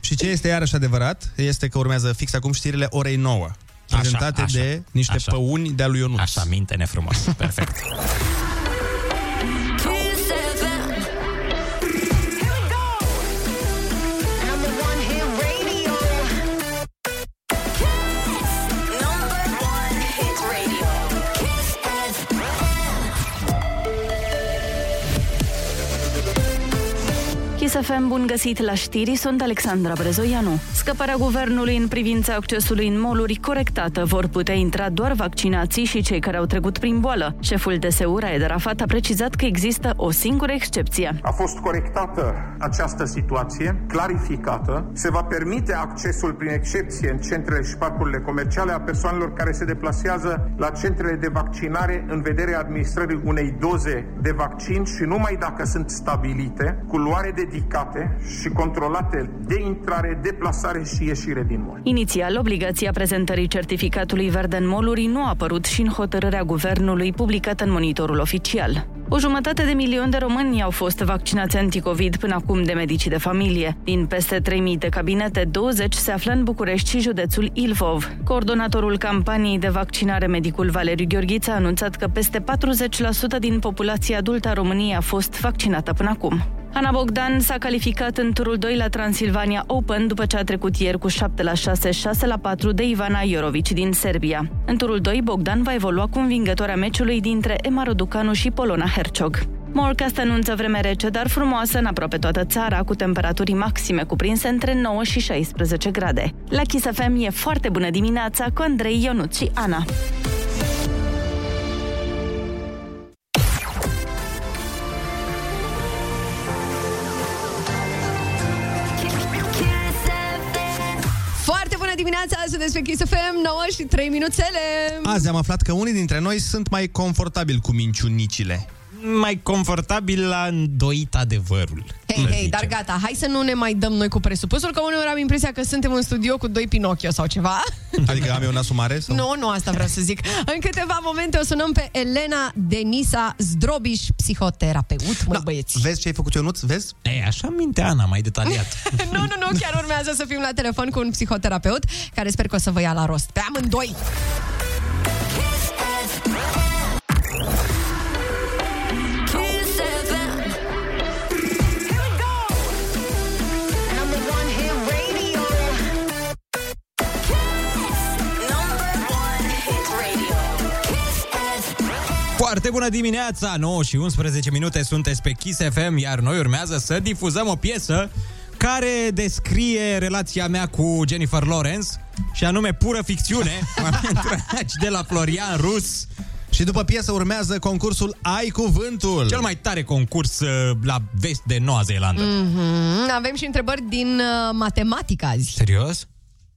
A: și ce este iarăși adevărat este că urmează fix acum știrile orei 9. Prezentate
H: așa,
A: de niște
H: așa.
A: păuni de-a lui Ionuț.
H: Așa, minte-ne frumos. Perfect.
C: Kiss FM. Here we go. Number one hit radio. Kiss. Number one hit radio. Kiss FM.
D: Kiss FM, bun găsit la știri, sunt Alexandra Brezoianu. Scăparea guvernului în privința accesului în moluri corectată vor putea intra doar vaccinații și cei care au trecut prin boală. Șeful DSU, Raed Arafat, a precizat că există o singură excepție.
E: A fost corectată această situație, clarificată. Se va permite accesul prin excepție în centrele și parcurile comerciale a persoanelor care se deplasează la centrele de vaccinare în vederea administrării unei doze de vaccin și numai dacă sunt stabilite, cu luare dedicate și controlate de intrare, deplasare și ieșire din mall.
D: Inițial, obligația prezentării certificatului verde în moluri nu a apărut și în hotărârea guvernului publicată în monitorul oficial. O jumătate de milion de români au fost vaccinați anticovid până acum de medicii de familie. Din peste 3.000 de cabinete, 20 se află în București și județul Ilfov. Coordonatorul campaniei de vaccinare, medicul Valeriu Gheorghiță, a anunțat că peste 40% din populația adultă a României a fost vaccinată până acum. Ana Bogdan s-a calificat în turul 2 la Transilvania Open după ce a trecut ieri cu 7 la 6, 6 la 4 de Ivana Iorovici din Serbia. În turul 2, Bogdan va evolua cu învingătoarea meciului dintre Emma Raducanu și Polona Hercog. Morcast anunță vreme rece, dar frumoasă în aproape toată țara, cu temperaturi maxime cuprinse între 9 și 16 grade. La Kiss FM e foarte bună dimineața cu Andrei Ionut și Ana.
B: Foarte bună dimineața, sunteți pe Kiss FM, 9 și 3 minuțele.
A: Azi am aflat că unii dintre noi sunt mai confortabili cu minciunicile.
H: Mai confortabil la îndoit adevărul.
B: Hei, hei, dar gata, hai să nu ne mai dăm noi cu presupusul, că uneori am impresia că suntem în studio cu doi Pinocchio sau ceva.
A: Adică am eu nasul mare? Sau?
B: Nu, nu asta vreau să zic. În câteva momente o sunăm pe Elena Denisa Zdrobiș, psihoterapeut. Mă, da. băieți.
A: Vezi ce ai făcut, Ionuț? Vezi?
H: E, așa minte Ana, mai detaliat.
B: nu, nu, nu, chiar urmează să fim la telefon cu un psihoterapeut, care sper că o să vă ia la rost. Pe amândoi!
C: Kiss FM. Number one hit radio. Number one hit radio. Kiss FM.
H: Foarte bună dimineața! 9 și 11 minute sunteți pe Kiss FM, iar noi urmează să difuzăm o piesă care descrie relația mea cu Jennifer Lawrence și anume pură ficțiune. M-am întâlnit de la Florian Rus.
A: Și după piesă urmează concursul Ai Cuvântul.
H: Cel mai tare concurs uh, la vest de Noua Zeelandă. Mm.
B: Mhm. Avem și întrebări din uh, matematică azi.
H: Serios?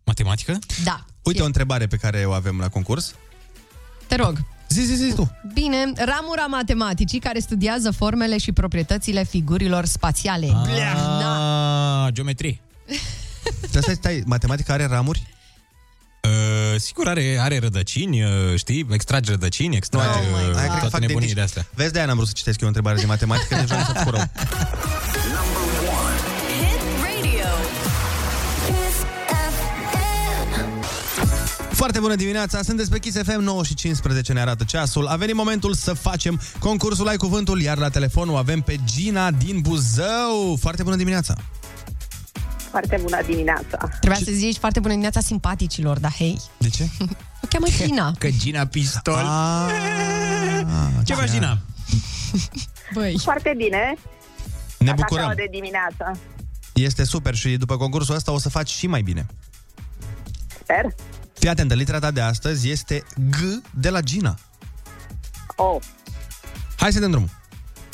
H: Matematică?
B: Da,
A: Uite o întrebare pe care o avem la concurs.
B: te rog.
A: Zi, zi, zi tu.
B: Bine, ramura matematicii care studiază formele și proprietățile figurilor spațiale.
H: Ah, geometrie.
A: Dar stai, stai, matematica are ramuri?
H: Uh, sigur, are, are rădăcini, uh, știi? Extragi rădăcini, extragi
A: Hai,
H: uh,
A: hai, cred că Oh fac
H: toate nebunii
A: dentiști.
H: de astea.
A: Vezi, de-aia n-am vrut să citesc eu o întrebare de matematică, deci am să furăm.
C: Hit radio. Kiss FM.
A: Foarte bună dimineața, sunteți pe Kiss FM 9 și 15 ne arată ceasul. A venit momentul să facem concursul Ai Cuvântul, iar la telefon o avem pe Gina din Buzău. Foarte bună dimineața!
O: Foarte bună dimineața!
B: Trebuia să zici foarte bună dimineața simpaticilor, dar hei,
A: De ce? Ah,
B: o cheamă Gina.
H: Că Gina Pistol. Ce faci,
A: da.
H: Gina?
B: Băi.
O: Foarte bine!
A: Ne
O: La
A: bucurăm!
O: cafeaua de dimineață.
A: Este super și după concursul ăsta o să faci și mai bine.
O: Sper.
A: Fii atentă, litera ta de astăzi este G de la Gina.
O: Oh,
A: Hai să dăm drumul.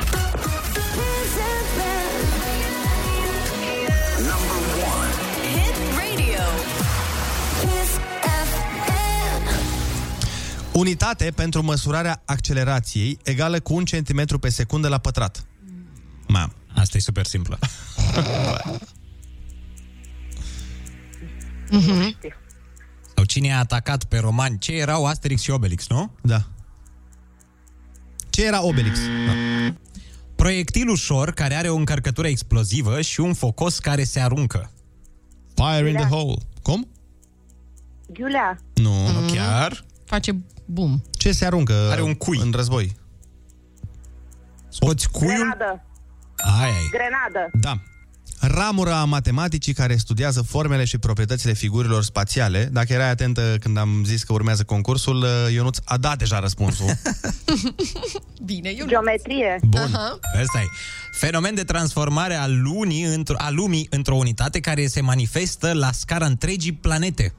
C: Kiss FM. Number one hit radio. Kiss FM.
A: Unitate pentru măsurarea accelerației egală cu 1 cm pe secundă la pătrat. Mam.
H: Asta e super simplă.
B: Mhm.
H: Sau cine a atacat pe romani? Ce erau Asterix și Obelix, nu?
A: Da. Ce era Obelix? Da.
H: Proiectil ușor care are o încărcătură explozivă și un focos care se aruncă.
A: Fire in the hole. Cum?
O: Ghiulea,
A: Nu,
H: Nu chiar?
B: Face boom.
A: Ce se aruncă
H: Are un cui.
A: în război?
H: Scoți cuiul?
O: grenadă,
H: Aia e.
O: grenadă,
A: Da. Ramura a matematicii care studiază formele și proprietățile figurilor spațiale. Dacă erai atentă când am zis că urmează concursul, uh, Ionuț a dat deja răspunsul.
B: Bine, eu
O: geometrie,
H: Bun,
B: Aha.
H: ăsta e. Fenomen de transformare a, lunii într- a lumii într-o unitate care se manifestă la scara întregii planete.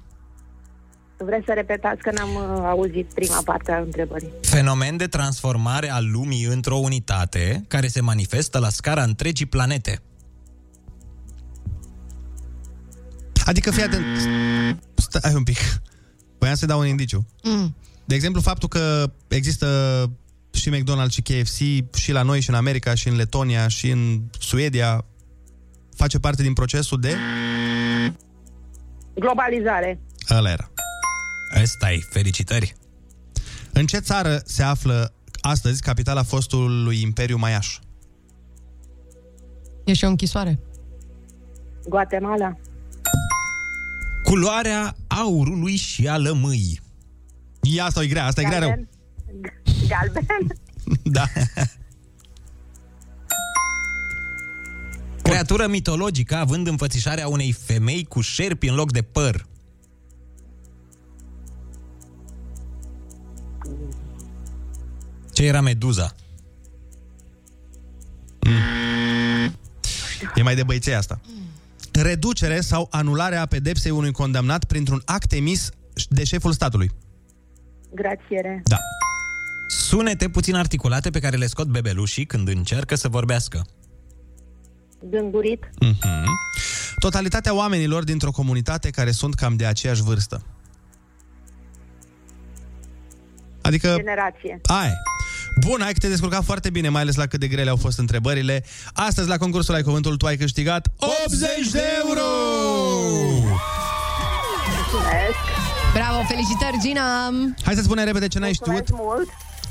O: vreți să repetați că n-am uh, auzit prima parte a întrebării.
H: Fenomen de transformare a lumii într-o unitate care se manifestă la scara întregii planete.
A: Adică fii atent. Stai un pic. Voiam să dau un indiciu.
B: Mm.
A: De exemplu, faptul că există și McDonald's și KFC și la noi și în America și în Letonia și în Suedia face parte din procesul de...
O: Globalizare,
A: Ăla era.
H: Ăsta e, felicitări.
A: În ce țară se află astăzi capitala fostului Imperiu Maiaș?
B: E și o închisoare.
O: Guatemala,
H: Culoarea aurului și a lămâii.
A: Ia, asta e grea, asta e
K: Da,
A: grea rău.
O: galben, galben,
A: Da.
H: Creatură mitologică având înfățișarea unei femei cu șerpi în loc de păr. Ce era meduza? Mm.
A: E mai de băiței asta. Reducere sau anulare a pedepsei unui condamnat printr-un act emis de șeful statului.
O: grațiere,
A: Da.
H: Sunete puțin articulate pe care le scot bebelușii când încearcă să vorbească.
O: gângurit,
A: Totalitatea oamenilor dintr-o comunitate care sunt cam de aceeași vârstă. Adică,
O: generație,
A: aia e. Bun, ai că te descurcat foarte bine, mai ales la cât de grele au fost întrebările. Astăzi, la concursul Ai Cuvântul, tu ai câștigat 80 de euro!
B: Bravo, felicitări, Gina!
A: Hai să spunem repede ce n-ai știut.
O: Mult.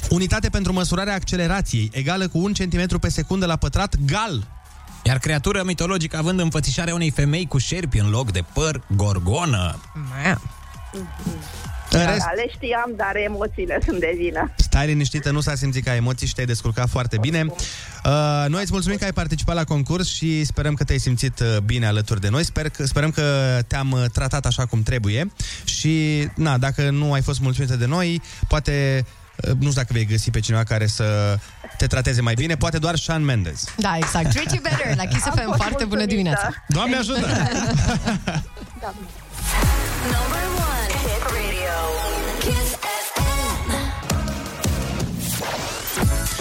A: Unitate pentru măsurarea accelerației, egală cu 1 cm pe secundă la pătrat, gal.
H: Iar creatură mitologică având înfățișarea unei femei cu șerpi în loc de păr, gorgonă.
A: În rest,
O: Ale Da, știam, dar emoțiile sunt de vină.
A: Stai liniștită, nu s-a simțit ca emoții și te-ai descurcat foarte bine. Uh, noi îți mulțumim că ai participat la concurs și sperăm că te-ai simțit uh, bine alături de noi. Sper că, sperăm că te-am uh, tratat așa cum trebuie și na, dacă nu ai fost mulțumită de noi, poate uh, nu știu dacă vei găsi pe cineva care să te trateze mai bine, poate doar Sean Mendes.
B: Da, exact. Treat you better la Kiss
O: Am
B: FM.
O: fost
B: Foarte bună
O: mulțumită.
B: dimineața!
A: Doamne ajută!
C: Number one hit radio. Kiss FM.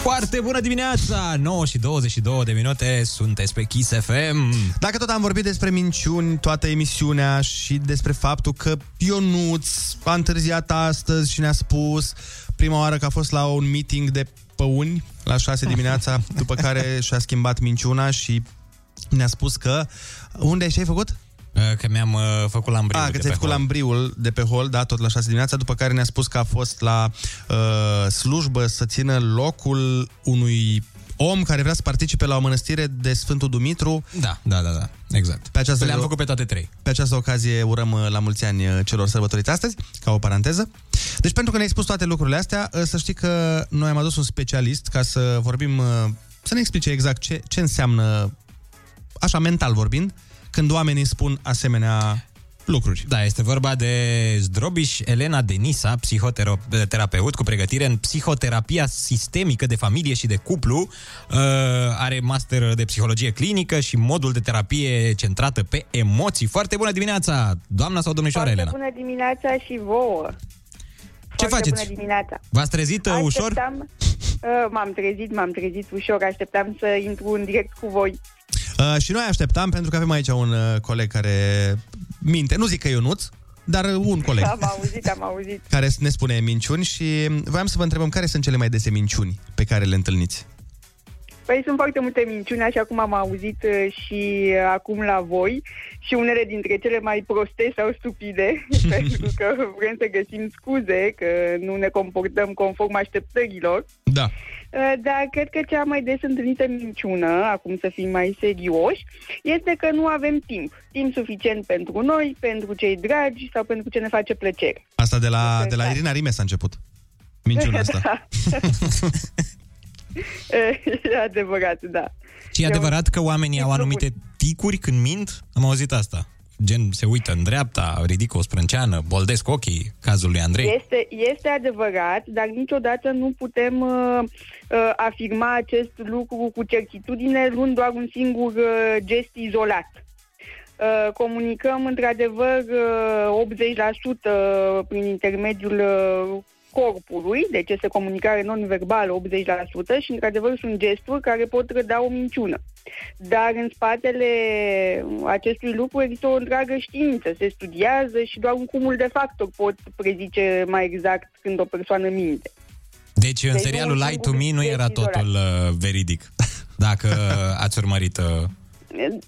H: Foarte bună dimineața! 9 și 22 de minute, sunteți pe Kiss FM.
A: Dacă tot am vorbit despre minciuni toată emisiunea și despre faptul că Ionuț a întârziat astăzi și ne-a spus prima oară că a fost la un meeting de păuni la 6 dimineața, după care și-a schimbat minciuna și ne-a spus că... Unde ai și ai făcut?
H: Că mi-am uh, făcut lambriul
A: Ah,
H: de
A: că ți-ai
H: pe
A: făcut
H: hol.
A: lambriul de pe hol, da, tot la 6 dimineața, după care ne-a spus că a fost la uh, slujbă să țină locul unui om care vrea să participe la o mănăstire de Sfântul Dumitru.
H: Da, da, da, da, exact.
A: Pe această
H: Le-am făcut pe toate trei.
A: Pe această ocazie urăm uh, la mulți ani uh, celor sărbătoriți astăzi, ca o paranteză. Deci pentru că ne-ai spus toate lucrurile astea, uh, să știi că noi am adus un specialist ca să vorbim, uh, să ne explice exact ce, ce înseamnă, așa mental vorbind, când oamenii spun asemenea lucruri.
H: Da, este vorba de Zdrobiș Elena Denisa, psihoterapeut cu pregătire în psihoterapia sistemică de familie și de cuplu. Uh, Are master de psihologie clinică și modul de terapie centrată pe emoții. Foarte bună dimineața, doamna sau domnișoara
O: Foarte
H: Elena.
O: bună dimineața și vouă.
H: Ce
O: Foarte
H: faceți?
O: bună dimineața.
H: V-ați trezit uh, ușor?
O: Așteptam, uh, m-am trezit, m-am trezit ușor, așteptam să intru în direct cu voi.
A: Uh, și noi așteptam pentru că avem aici un uh, coleg care minte, nu zic că Ionuț, dar uh, un coleg
O: Am auzit, am auzit.
A: care ne spune minciuni și voiam să vă întrebăm care sunt cele mai dese minciuni pe care le întâlniți.
O: Păi sunt foarte multe minciuni, așa cum am auzit uh, și uh, acum la voi și unele dintre cele mai proste sau stupide, pentru că vrem să găsim scuze, că nu ne comportăm conform așteptărilor.
A: Da.
O: Uh, Dar cred că cea mai des întâlnită minciună, acum să fim mai serioși, este că nu avem timp. Timp suficient pentru noi, pentru cei dragi sau pentru ce ne face plăcere.
A: Asta de la, de la Irina Rimes a început. Minciuna asta.
O: Da. e adevărat, da.
H: Și e adevărat că oamenii au anumite ticuri când mint? Am auzit asta. Gen, se uită în dreapta, ridică o sprânceană, boldesc ochii, cazul lui Andrei.
O: Este, este adevărat, dar niciodată nu putem uh, uh, afirma acest lucru cu certitudine, luând doar un singur uh, gest izolat. Uh, comunicăm într-adevăr uh, 80% prin intermediul uh, corpului, deci este comunicare non-verbală 80% și într-adevăr sunt gesturi care pot răda o minciună. Dar în spatele acestui lucru există o întreagă știință, se studiază și doar un cumul de factori pot prezice mai exact când o persoană minte.
H: Deci în
O: Deci,
H: serialul
O: unul
H: Lie to Me
O: singur
H: nu
O: este
H: era
O: izolat.
H: totul uh, veridic. Dacă ați urmărit uh,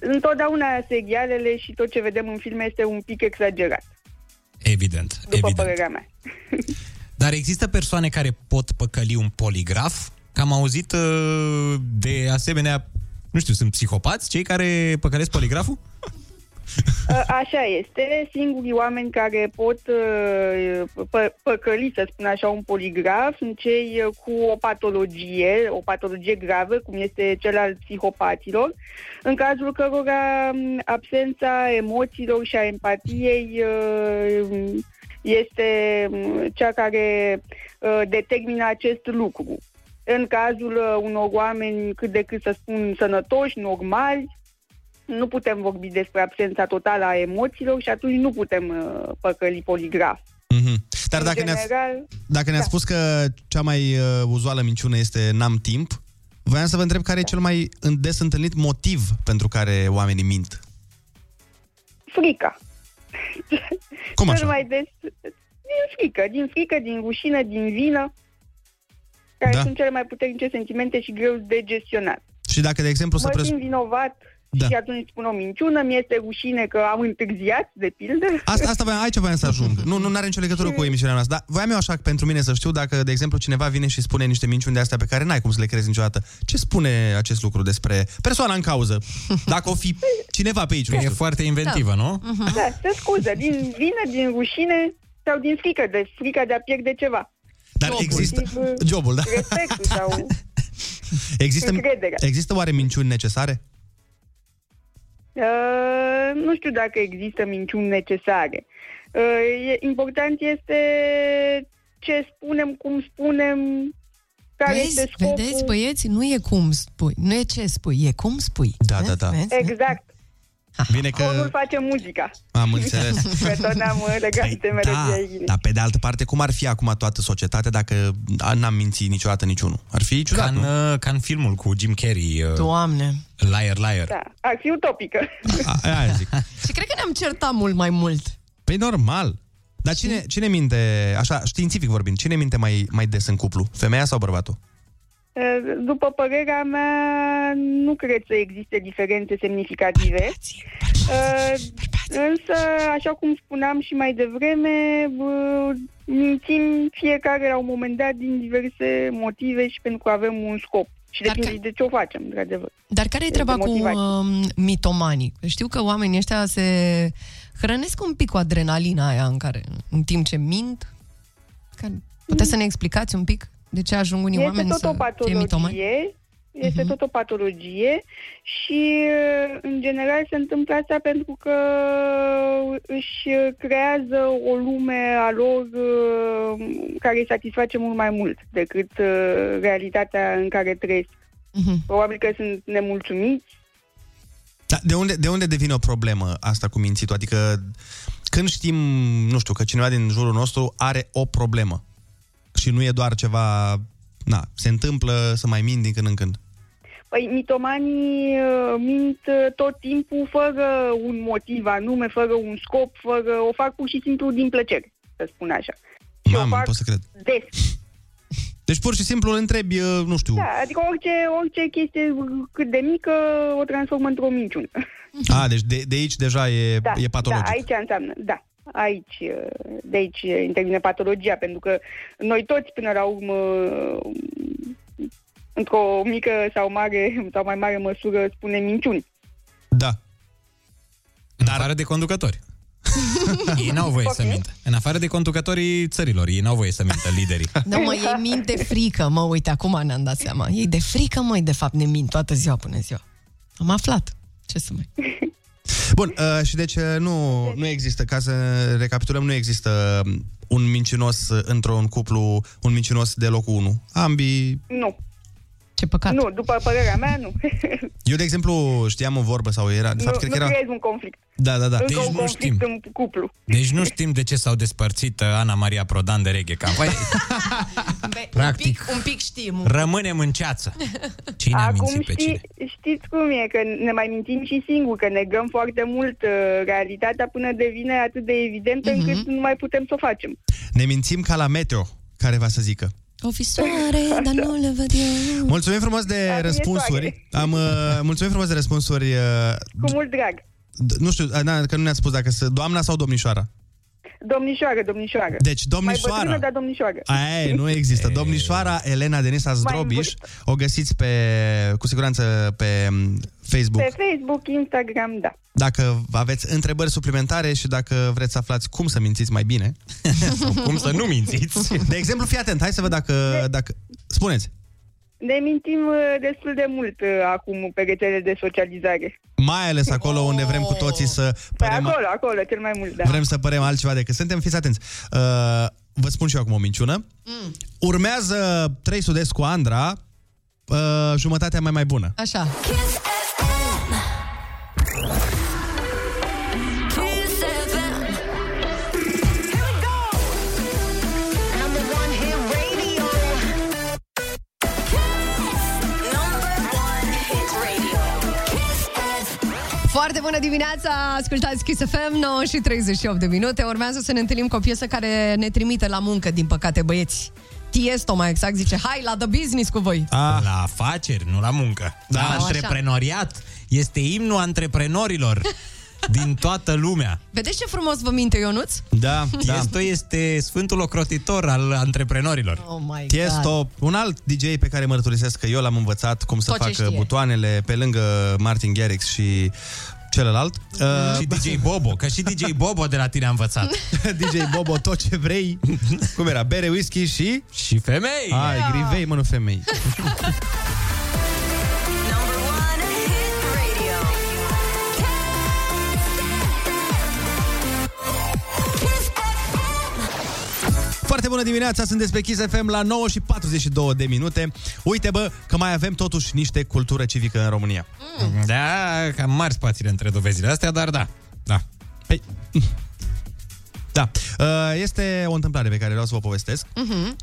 O: Întotdeauna serialele și tot ce vedem în filme este un pic exagerat,
H: Evident,
O: după
H: evident.
O: părerea mea.
H: Dar există persoane care pot păcăli un poligraf? Că am auzit uh, de asemenea, nu știu, sunt psihopați cei care păcălesc poligraful?
O: A- Așa este, singurii oameni care pot uh, pă- păcăli, să spun așa, un poligraf sunt cei uh, cu o patologie, o patologie gravă, cum este cel al psihopatilor, în cazul cărora m, absența emoțiilor și a empatiei uh, m, este m, cea care uh, determină acest lucru. În cazul uh, unor oameni cât de cât, să spun, sănătoși, normali, nu putem vorbi despre absența totală a emoțiilor și atunci nu putem uh, păcăli poligraf.
A: Mm-hmm. Dar
O: În
A: dacă ne-ați,
O: general,
A: dacă
O: Da.
A: ne-ați spus că cea mai uh, uzuală minciună este n-am timp, voiam să vă întreb
O: Da.
A: care e cel mai în- des întâlnit motiv pentru care oamenii mint.
O: frica.
A: Cum
O: Cel
A: așa?
O: mai des din frică, din frică, din rușine, din vină. care
A: Da.
O: sunt cele mai puternice sentimente și greu de gestionat.
A: Și dacă, de exemplu, să
O: mă
A: presu...
O: simt vinovat
A: Da.
O: și atunci spun o minciună, mi-este rușine că am întârziat, de pildă.
A: Asta, asta voiam, aici voiam să ajung. Nu, nu are nicio legătură cu emisiunea noastră, dar voiam eu așa pentru mine să știu dacă, de exemplu, cineva vine și spune niște minciuni de astea pe care n-ai cum să le crezi niciodată. Ce spune acest lucru despre persoana în cauză? Dacă o fi cineva pe aici. nu
H: E
A: știu.
H: foarte inventivă, nu?
B: Mhm.
O: Da, se scuză, din vină, din rușine sau din frică, de frica de a pierde ceva.
A: Dar există...
O: Inclusiv,
A: Jobul, da.
O: Respectul sau...
A: Există,
O: Încrederea.
A: există oare minciuni necesare?
O: Uh, nu știu dacă există minciuni necesare. Uh, e, important este ce spunem, cum spunem, care
B: Vezi,
O: este scopul.
B: vedeți, Păi- băieți, nu e cum spui, nu e ce spui, e cum spui.
A: Da, da, da.
O: Exact,
H: Ah.
A: Bine
O: nu
A: că...
O: face muzica.
A: Am înțeles. Păi da,
O: Că tot ne-am uh, legat de melodia ei.
A: Dar pe de altă parte, cum ar fi acum toată societatea dacă n-am mințit niciodată niciunul? Ar fi ciudat,
H: ca, în, uh, ca în filmul cu Jim Carrey. uh,
B: Doamne.
H: Liar, liar.
O: Da, ar fi utopică.
A: A, aia zic.
B: Și cred că ne-am certat mult mai mult.
A: Păi normal. Dar cine, cine minte, așa, științific vorbind, cine minte mai, mai des în cuplu? Femeia sau bărbatul?
O: Uh, După părerea mea, nu cred să existe diferențe semnificative. Uh, Însă, așa cum spuneam și mai devreme, uh, mințim fiecare la un moment dat din diverse motive și pentru că avem un scop. Și depinde și de ce o facem, într-adevăr.
B: Dar care e
O: Este
B: treaba cu
O: motivație.
B: um, mitomanii? Știu că oamenii ăștia se hrănesc un pic cu adrenalina aia în care, în timp ce mint. Că puteți să ne explicați un pic de ce ajung unii
O: Este
B: oameni
O: tot
B: să
O: o
B: fie mitomani? Mhm.
O: patologie, este tot o patologie și uh, în general se întâmplă asta pentru că își creează o lume a lor uh, care îi satisface mult mai mult decât uh, realitatea în care trăiesc.
B: Mhm.
O: Probabil că sunt nemulțumiți.
A: Da, de, unde, de unde devine o problemă asta cu mințitul? Adică când știm, nu știu, că cineva din jurul nostru are o problemă și nu e doar ceva, na, se întâmplă să mai mint din când în când.
O: Păi, mitomanii uh, mint uh, tot timpul fără un motiv anume, fără un scop, fără... o fac pur și simplu din plăcere, să spun așa.
A: Mamă, nu pot să cred.
O: Des.
A: Deci pur și simplu îl întrebi, uh, nu știu,
O: Da, adică orice, orice chestie cât de mică o transformă într-o minciună.
A: a, deci de, de aici deja e,
O: Da,
A: e patologic.
O: Da, aici înseamnă, da. Aici, uh, de aici intervine patologia, pentru că noi toți, până la urmă, într-o mică sau mare sau mai mare măsură, spunem minciuni.
H: În afară de conducători. ei n-au voie să mintă. În afară de conducătorii țărilor, ei n-au voie să mintă liderii.
B: Da, mă, ei mint de frică, mă, uite, acum ne-am dat seama. Ei de frică, măi, de fapt, ne mint toată ziua până ziua. Am aflat. Ce să mai...
A: Bun, uh, și deci uh, nu, nu există, ca să recapitulăm, nu există um, un mincinos uh, într-un cuplu, un mincinos de locul 1. Ambii...
O: Nu.
B: Ce păcat.
O: Nu, după părerea mea, nu.
A: Eu, de exemplu, știam o vorbă sau era... De fapt,
O: nu
A: cred
O: nu
A: că era...
O: creezi un conflict.
A: Da, da, da.
O: Încă un conflict în cuplu.
H: Deci nu știm de ce s-au despărțit uh, Ana Maria Prodan de reghe Camp. Păi, Practic.
B: Un pic, un pic știm.
H: rămânem în ceață. Cine a
O: Acum
H: mințit pe cine?
O: știți cum e, că ne mai mințim și singur, că negăm foarte mult uh, realitatea până devine atât de evidentă mm-hmm. încât nu mai putem să o facem.
A: Ne mințim ca la meteo, care va să zică.
B: O fi soare, Da, dar nu le văd eu.
A: Mulțumim frumos de răspunsuri. Am, uh, mulțumim frumos de răspunsuri. Uh,
O: Cu mult drag.
A: d- nu știu, uh, na, că nu ne-ați spus dacă sunt doamna sau domnișoara.
O: Domnișoară, domnișoară.
A: Deci, domnișoară.
O: Mai bătrână, dar domnișoară.
A: Aia e, nu există. Domnișoara Elena Denisa Zdrobiș, o găsiți pe, cu siguranță pe um, Facebook.
O: Pe Facebook, Instagram, da.
A: Dacă aveți întrebări suplimentare și dacă vreți să aflați cum să mințiți mai bine, sau
H: cum să nu mințiți.
A: De exemplu, fii atent, hai să văd dacă... dacă... Spuneți.
O: Ne mintim uh, destul de mult uh, acum pe rețelele de socializare.
A: Mai ales acolo unde vrem cu toții să
O: Păi
A: părem,
O: acolo, acolo, cel mai mult, da.
A: vrem să părem altceva decât suntem. Fiți atenți. Uh, vă spun și eu acum o minciună.
B: Mm,
A: Urmează 3 sudesc cu Andra, uh, jumătatea mai mai bună.
B: Așa.
C: Kiss FM. Here we go. Number one hit radio. Kiss. Number one hit radio. Kiss FM.
B: Foarte bună dimineața! Ascultați Kiss FM, 9 și 38 de minute. Urmează să ne întâlnim cu o piesă care ne trimite la muncă, din păcate, băieți. Tiesto, mai exact, zice, hai la the business cu voi.
H: Ah. La afaceri, nu la muncă. Da,
B: Sau
H: la
B: așa.
H: antreprenoriat. Este imnul antreprenorilor din toată lumea.
B: Vedeți ce frumos vă minte, Ionuț?
A: Da,
H: Tiesto este sfântul ocrotitor al antreprenorilor.
B: Oh my God.
A: Tiesto, un alt DJ pe care mărturisesc că eu l-am învățat cum să
B: Tot ce
A: facă
B: știe.
A: butoanele pe lângă Martin Garrix și celălalt.
B: Mhm.
A: Uh,
H: Și DJ Bobo, că și DJ Bobo de la tine a învățat.
A: DJ Bobo, tot ce vrei. Cum era? Bere, whisky și...
H: Și femei!
A: Ai,
P: Yeah.
A: grivei, mă, nu femei. Foarte bună dimineața, sunt pe Kiss FM la 9 și 42 de minute. Uite, bă, că mai avem totuși niște cultură civică în România.
H: Da, cam mari spațiile între dovezile astea, dar da. Da.
A: Păi, da, Uh, este o întâmplare pe care vreau să vă povestesc.
C: Mm-hmm.
P: Mhm.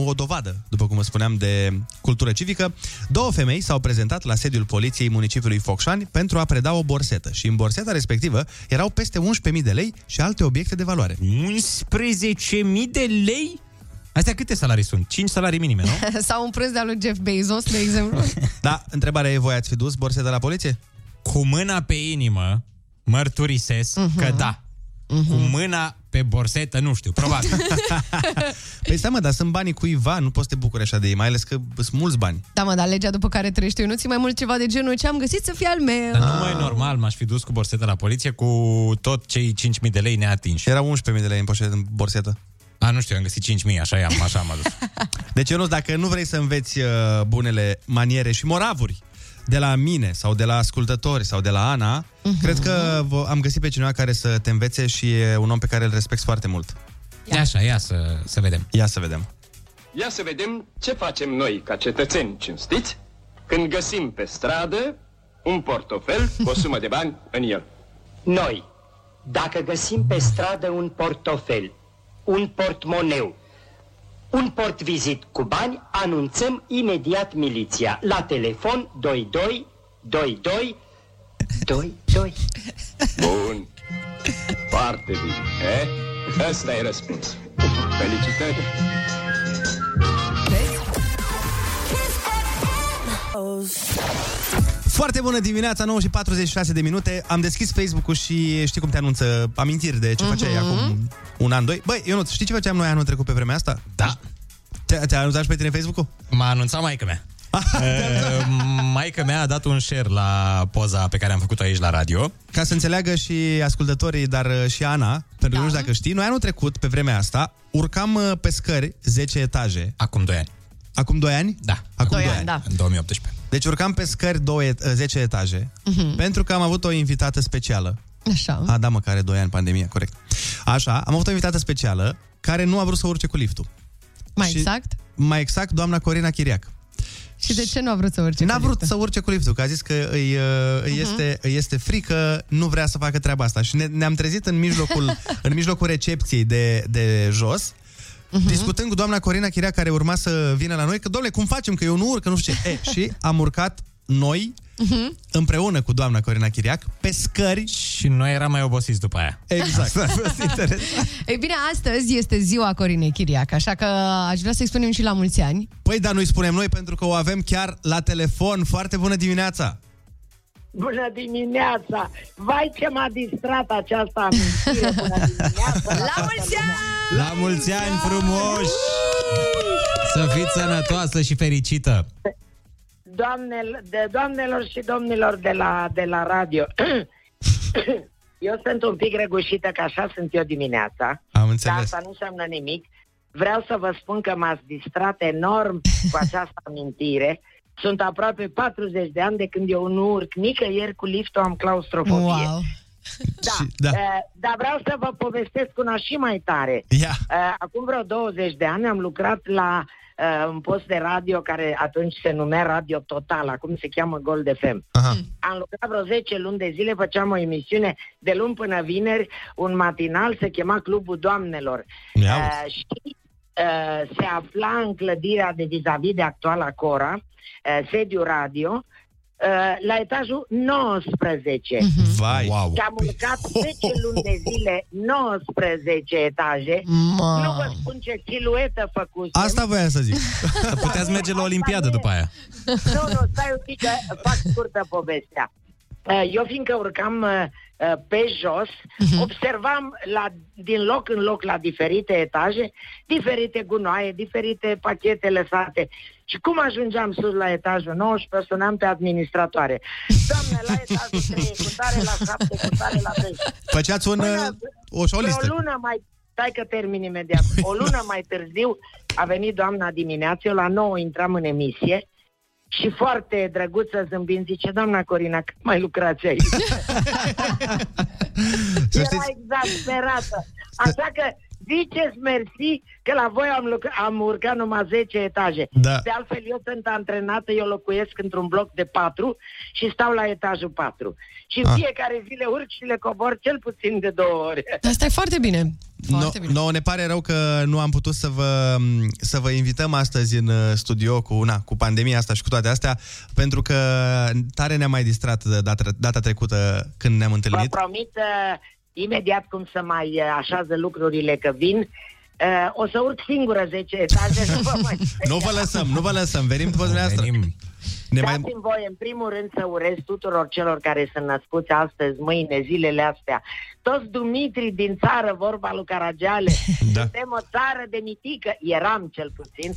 A: Uh, o dovadă, după cum vă spuneam, de cultură civică. Două femei s-au prezentat la sediul poliției municipiului Focșani pentru a preda o borsetă și în borseta respectivă erau peste 11.000 de lei și alte obiecte de valoare.
H: 11.000 de lei? Astea câte salarii sunt? 5 salarii minime, nu?
B: Sau un prânz de-al lui Jeff Bezos, de exemplu.
A: Da, întrebarea e, voi ați fi dus borseta la poliție?
H: Cu mâna pe inimă mărturisesc uh-huh. că da. Uh-huh. Cu mâna pe borsetă, nu știu, probabil.
A: Păi stai mă, dar sunt banii cuiva, nu poți să te bucuri așa de ei, mai ales că sunt mulți bani.
B: da, mă, dar legea după care trăiește Ionuț e mai mult ceva de genul ce am găsit să fie al meu.
H: Dar nu mai normal, m-aș fi dus cu borseta la poliție cu tot cei 5.000 de lei neatinși.
A: Erau 11.000 de lei în, poșet, în borsetă.
H: A, nu știu, am găsit 5.000, așa i-am, așa am adus.
A: Deci, Ionuț, dacă nu vrei să înveți uh, bunele maniere și moravuri de la mine sau de la ascultători sau de la Ana, uh-huh. cred că v- am găsit pe cineva care să te învețe și e un om pe care îl respect foarte mult.
H: Ia. Așa, ia să, să vedem.
A: Ia să vedem.
Q: Ia să vedem ce facem noi ca cetățeni cinstiți când găsim pe stradă un portofel cu o sumă de bani în el.
R: Noi, dacă găsim pe stradă un portofel, un portmoneu, un portvizit cu bani, anunțăm imediat miliția. La telefon 22 22 22.
Q: Bun. Foarte bine. Eh? Ăsta e răspuns. Felicitări.
A: Foarte bună dimineața, 9 și 46 de minute. Am deschis Facebook-ul și știi cum te anunță amintiri de ce făceai acum un an, doi. Băi, Ionuț, știi ce făceam noi anul trecut pe vremea asta?
H: Da.
A: Te- Te-a anunțat și pe tine Facebook-ul?
H: M-a anunțat maica mea. Maica mea a dat un share la poza pe care am făcut-o aici la radio.
A: Ca să înțeleagă și ascultătorii, dar uh, și Ana, pentru
B: Da.
A: că nu știu dacă știi, noi anul trecut, pe vremea asta, urcam uh, pe scări 10 etaje.
H: Acum 2 ani.
A: Acum 2 ani?
H: Da.
A: Acum 2
B: Doi
A: ani.
B: ani, da.
H: În 2018.
A: Deci urcam pe scări 2, 10 etaje,
B: Mhm. Oh.
A: pentru că am avut o invitată specială.
B: Așa.
A: A, da, mă, care 2 ani, pandemia, corect. Așa, am avut o invitată specială care nu a vrut să urce cu liftul.
B: Mai exact?
A: Mai exact, doamna Corina Chiriac.
B: Și de ce nu a vrut să urce?
A: N-a
B: cu
A: vrut
B: liftul?
A: să urce cu liftul, că a zis că îi, uh, îi,
B: Mhm.
A: este, îi este frică, nu vrea să facă treaba asta. Și ne, ne-am trezit în mijlocul, în mijlocul recepției de, de jos, discutând cu doamna Corina Chirea, care urma să vină la noi, că, domnule, cum facem, că eu nu urc, că nu știu ce. E, și am urcat noi,
C: Mm-hmm.
A: împreună cu doamna Corina Chiriac, pe scări.
H: Și noi eram mai obosiți după aia.
A: Exact.
H: Asta a fost interesant.
B: Ei bine, astăzi este ziua Corinei Chiriac, așa că aș vrea să-i spunem și la mulți ani.
A: Păi, dar nu-i spunem noi, pentru că o avem chiar la telefon. Foarte bună dimineața!
K: Bună dimineața! Vai ce m-a distrat aceasta amintire! Bună dimineața! La mulți
H: La mulți ani frumoși! Să fiți sănătoasă și fericită!
K: Doamnel, de doamnelor și domnilor de la, de la radio! eu sunt un pic răgușită, că așa sunt eu dimineața.
A: Am
K: Dar
A: înțeles.
K: asta nu înseamnă nimic. Vreau să vă spun că m-ați distrat enorm cu această amintire. Sunt aproape 40 de ani de când eu nu urc nicăieri cu liftul, am claustrofobie.
B: Wow!
K: Da,
A: da.
K: Uh, dar vreau să vă povestesc una și mai tare.
A: Ia.
K: Uh, acum vreo 20 de ani am lucrat la uh, un post de radio care atunci se numea Radio Total, acum se cheamă Gold FM.
A: Aha.
K: Am lucrat vreo 10 luni de zile, făceam o emisiune de luni până vineri, un matinal, se chema Clubul Doamnelor.
P: Ia
K: Uh, și uh, se afla în clădirea de vis-a-vis de actuala Cora, uh, sediu eh, radio, uh, la etajul 19.
C: Mhm.
A: Vai. Wow. Păi,
K: Și am urcat 10 luni de zile 19 etaje.
A: Ma.
K: Nu vă spun ce siluetă făcut.
A: Asta voiam să zic. Puteți merge la Olimpiadă după aia.
K: Nu, nu, stai un pic, că fac scurtă povestea. Uh, Eu fiindcă urcam uh, uh, pe jos,
A: Mhm.
K: observam la, din loc în loc la diferite etaje, diferite gunoaie, diferite pachete lăsate. Și cum ajungeam sus la etajul 19, sunam pe administratoare. Doamne, la etajul 3, cu tare la 7, cu tare la 3.
A: Făceați un, uh, o, o
K: O
A: listă.
K: lună mai... Stai că termin imediat. O lună mai târziu a venit doamna dimineață, eu la 9 intram în emisie și foarte drăguță zâmbind zice, doamna Corina, cât mai lucrați aici?
A: Să
K: Era exasperată. Așa că ziceți mersi că la voi am, lucr- am urcat numai 10 etaje.
A: Da.
K: De altfel, eu sunt antrenată, eu locuiesc într-un bloc de 4 și stau la etajul 4. Și
A: Ah.
K: în fiecare zi le urc și le cobor cel puțin de două ori.
B: Asta e foarte bine.
A: No, no, ne pare rău că nu am putut să vă, să vă invităm astăzi în uh, studio cu, na, cu pandemia asta și cu toate astea, pentru că tare ne-a mai distrat de data, data trecută când ne-am
K: Vă
A: întâlnit.
K: promit uh, imediat cum să mai uh, așează lucrurile că vin. Uh, o să urc singură 10 etaje să vă mai
A: Nu vă lăsăm, nu vă lăsăm, venim după dumneavoastră. Ne mai...
K: Dați-mi voie, în primul rând, să urez tuturor celor care sunt născuți astăzi, mâine, zilele astea. Toți Dumitri din țară, vorba lui Caragiale,
A: da.
K: suntem o țară de mitică, eram cel puțin,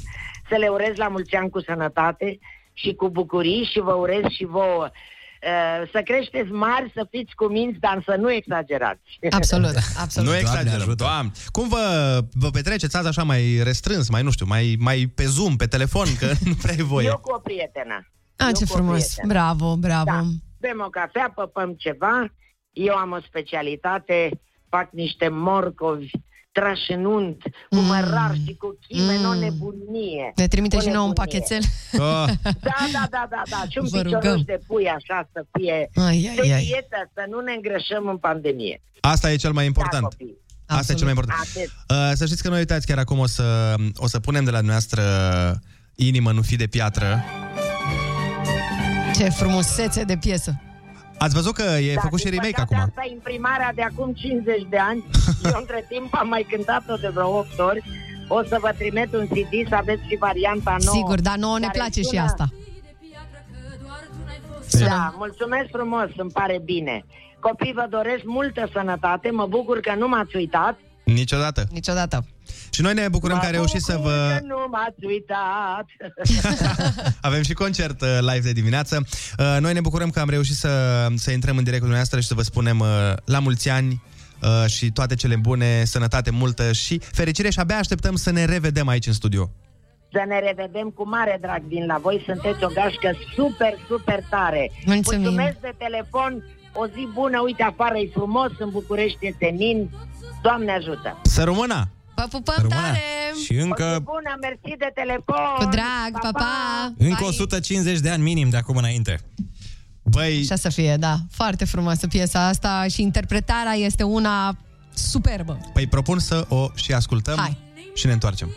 K: să le urez la mulți ani cu sănătate și cu bucurii și vă urez și vouă. uh, Să creșteți mari, să fiți cu minți, dar să nu exagerați.
B: Absolut, absolut.
A: Nu exagerăm, doamne. Cum vă, vă petreceți azi așa mai restrâns, mai nu știu, mai, mai pe Zoom, pe telefon, că nu prea e voie.
K: Eu cu o prietenă.
B: A,
K: Eu
B: Ah, ce
K: cu o
B: frumos.
K: prietenă.
B: Bravo, bravo.
K: Da. Bem o cafea, păpăm ceva. Eu am o specialitate, fac niște morcovi trași în unt, cu
B: Mm.
K: mărar și cu chime, mm. o
B: Mm.
K: nebunie.
B: Ne trimite
K: O
B: și nouă un
K: nebunie.
B: pachetel.
A: Ah.
K: Da, da, da, da, da. Și un
B: Vă
K: picioruș
B: rugăm.
K: de pui așa să fie
B: Ai, ai,
K: de
B: ai.
K: dietă, să nu ne îngrășăm în pandemie.
A: Asta e cel mai
K: Da,
A: important.
K: copii.
A: Asta e cel mai important.
K: Atât.
A: Uh, Să știți că noi uitați chiar acum o să, o să punem de la noastră Inimă nu fi de piatră.
B: Ce frumusețe de piesă.
K: Oh,
A: Ați văzut că e
K: Da,
A: făcut și
K: din
A: remake
K: păcate,
A: acum.
K: Asta e imprimarea de acum 50 de ani. Eu între timp am mai cântat-o de vreo 8 ori. O să vă trimit un CD să aveți și varianta nouă.
B: Sigur, da, dar nouă ne
K: care
B: place și
K: sună-
B: asta.
K: Da, mulțumesc frumos, îmi pare bine. Copii, vă doresc multă sănătate, mă bucur că nu m-ați uitat.
A: Niciodată.
B: Niciodată.
A: Și noi ne bucurăm că a reușit să vă...
K: Că nu m-ați uitat.
A: Avem și concert uh, live de dimineață. Uh, Noi ne bucurăm că am reușit să, să intrăm în direct cu dumneavoastră și să vă spunem uh, la mulți ani uh, și toate cele bune, sănătate multă și fericire și abia așteptăm să ne revedem aici în studio.
K: Să ne revedem cu mare drag din la voi, sunteți o gașcă super, super tare.
B: Mulțumim.
K: Mulțumesc de telefon, o zi bună, uite afară e frumos, în București este nin. Doamne ajută!
A: Să rămână!
B: Vă pupăm tare!
H: Și
K: O zi
H: încă,
K: bună, mersi de telefon!
B: Cu drag, pa, pa!
H: încă 150 de ani minim de acum înainte.
A: Băi,
B: Așa să fie, da. Foarte frumoasă piesa asta și interpretarea este una superbă.
A: păi propun să o și ascultăm
B: Hai.
A: și ne întoarcem.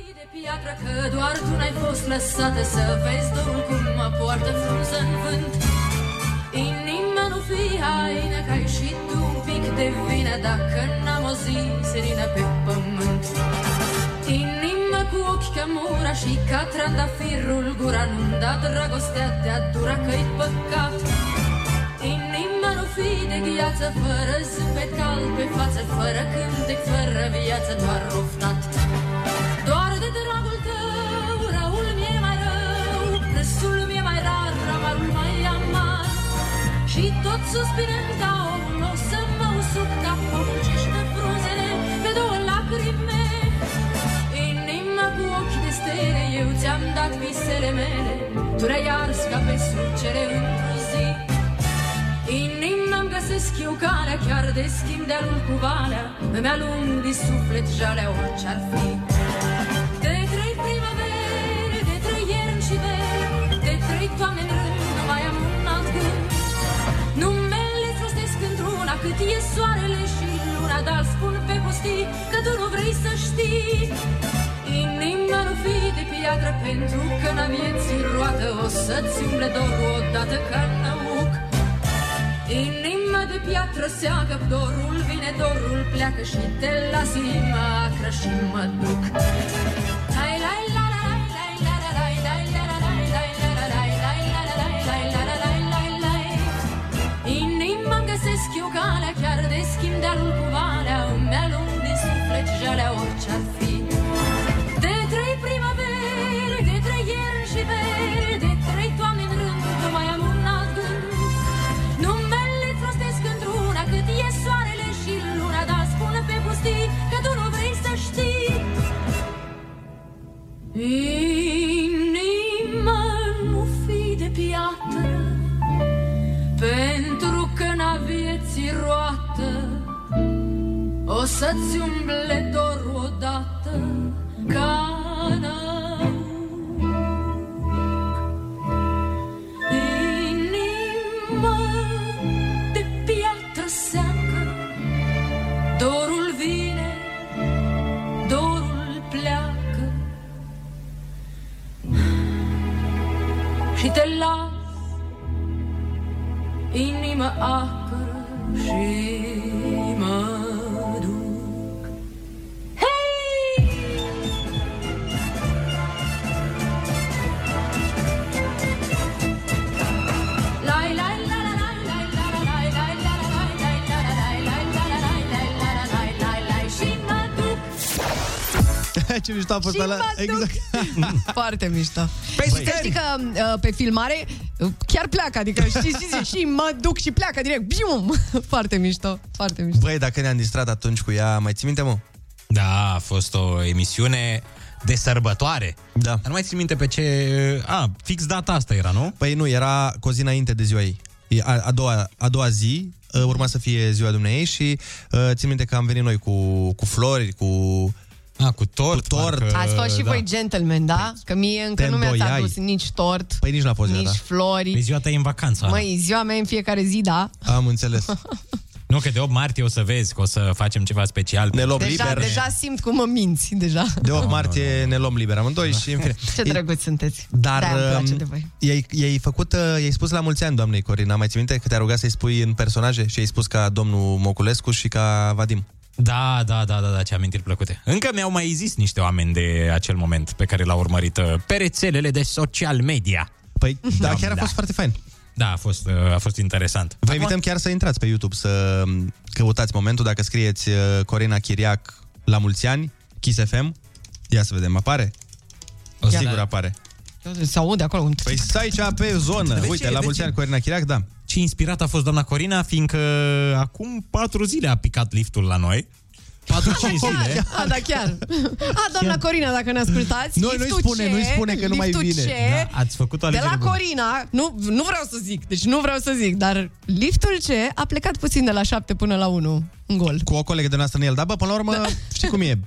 S: piatră Că doar tu n-ai fost lăsată Să vezi dorul cum mă poartă frunză în vânt Inima nu fi haină Că ai și tu un pic de vină Dacă n-am o zi senină pe pământ Inima cu ochi ca mura Și ca trandafirul gura Nu-mi da dragostea de-a dura Că-i păcat Inima nu fi de gheață Fără zâmbet cald pe față Fără cântec, fără viață Doar oftat doar de dragul tău, răul mi-e mai rău, râsul mi-e mai rar, ramarul mai amar. Și tot suspinând ca omul, o să mă usuc ca porucești de frunzele, pe două lacrime. Inima cu ochi de stele, eu ți-am dat visele mele, tu le-ai ars ca pe sucere într-o zi. Inima-mi găsesc eu calea, chiar de schimb de-a cu valea, îmi alung din suflet jalea orice-ar fi. De trei primăveri, de trei ierni și veri, de trei toamne în rând, nu mai am un alt gând. Numele îți rostesc într-una cât e soarele și luna, dar spun pe pustii că tu nu vrei să știi. Inima nu fi de piatră pentru că n-a vieții roată o să-ți umble dorul odată ca n Inima de piatră seacă, dorul vine, dorul pleacă Și te las inima acră și mă duc Hai, lai, la, la, lai, lai, la, la, lai, lai, la, la, lai, lai, la, la, lai, lai, la, la, lai, lai, la, la, lai, lai, lai. Inima îmi găsesc eu calea, chiar de schimb de-alul cu valea Îmi alung din suflet jalea orice ar fi De trei primăveri, de trei ierni și veri De trei toamne în rând, nu mai am un alt gând Numele trostesc într-una Cât e soarele și luna Dar spune pe pustii că tu nu vrei să știi Inima nu fi de piatră Pentru că n-a vieții roată O să-ți umble dorul odată Ca Inima de piatră seacă Dorul vine, dorul pleacă Și te las Inima acră și mă duc Hei! Lai, lai, la, la, lai, lai, la, la, lai, lai, la, la, lai, lai, la, la, lai, lai, la, la, lai, lai, la, la, lai, lai, lai, și mă duc.
A: Ce mișto a fost
B: Și
A: ăla. Exact.
B: mă duc. Foarte mișto. Păi
A: Băi.
B: și că știi că uh, pe filmare uh, chiar pleacă, adică și, și, și, și mă duc și pleacă direct. Bium! Foarte mișto, foarte mișto.
A: Băi, dacă ne-am distrat atunci cu ea, mai ții minte, mă?
H: Da, a fost o emisiune de sărbătoare.
A: Da.
H: Dar nu mai țin minte pe ce... A, fix data asta era, nu?
A: Păi nu, era cu o zi înainte de ziua ei. E A, a, doua, a doua zi uh, urma să fie ziua dumneei și uh, țin minte că am venit noi cu, cu flori, cu...
H: A, cu tort.
A: Cu tort.
B: Ați fost și voi gentleman, da? Că mie încă
A: Te
B: nu mi-ați
A: îndoiai.
B: adus nici tort,
A: Păi nici n-a fost
B: nici
A: ziua ta.
B: flori.
H: Păi ziua ta e în vacanță.
B: Măi, ziua mea e în fiecare zi, da.
A: Am înțeles.
H: nu, că de 8 martie o să vezi că o să facem ceva special. Ne
A: luăm
B: Deja, deja simt cum mă minți, deja.
A: De 8 martie ne luăm liber amândoi
H: Da.
A: și în fine.
B: Ce drăguț sunteți.
A: Dar
B: De-aia Da, îmi place
A: um,
B: de voi.
A: i-ai, i-ai făcut, uh, i-ai spus la mulți ani, doamnei Corina, mai ții minte că te-a rugat să-i spui în personaje și ai spus ca domnul Moculescu și ca Vadim.
H: Da, da, da, da, da, ce amintiri plăcute. Încă mi-au mai zis niște oameni de acel moment pe care l-au urmărit uh, pe rețelele de social media.
A: Păi, da, chiar a fost foarte fain.
H: Da, a fost, uh, a fost interesant.
A: Vă invităm chiar să intrați pe YouTube să um, căutați momentul, dacă scrieți uh, Corina Chiriac la mulți ani, Kiss FM, ia să vedem, apare? O
B: să-
A: Sigur
B: Da.
A: apare.
B: Se aude acolo un...
A: Păi stai aici pe zonă,
H: De
A: uite,
H: ce?
A: la
H: De
A: mulți
H: ce?
A: ani Corina Chiriac, da.
H: Ce inspirat a fost doamna Corina, fiindcă acum patru zile a picat liftul la noi. 4-5 zile.
B: A, da, chiar. A, doamna Corina, dacă ne ascultați.
H: Nu,
B: liftul
H: nu-i spune,
B: ce?
H: nu-i spune că nu mai
B: Liftul
H: vine.
B: Ce?
H: Da, ați făcut o
B: de
H: alegere
B: la
H: bună.
B: Corina, nu, nu vreau să zic, deci nu vreau să zic, dar liftul ce a plecat puțin de la 7 până la 1 în gol.
A: Cu o colegă de noastră în el, da, bă, până la urmă, știi cum e.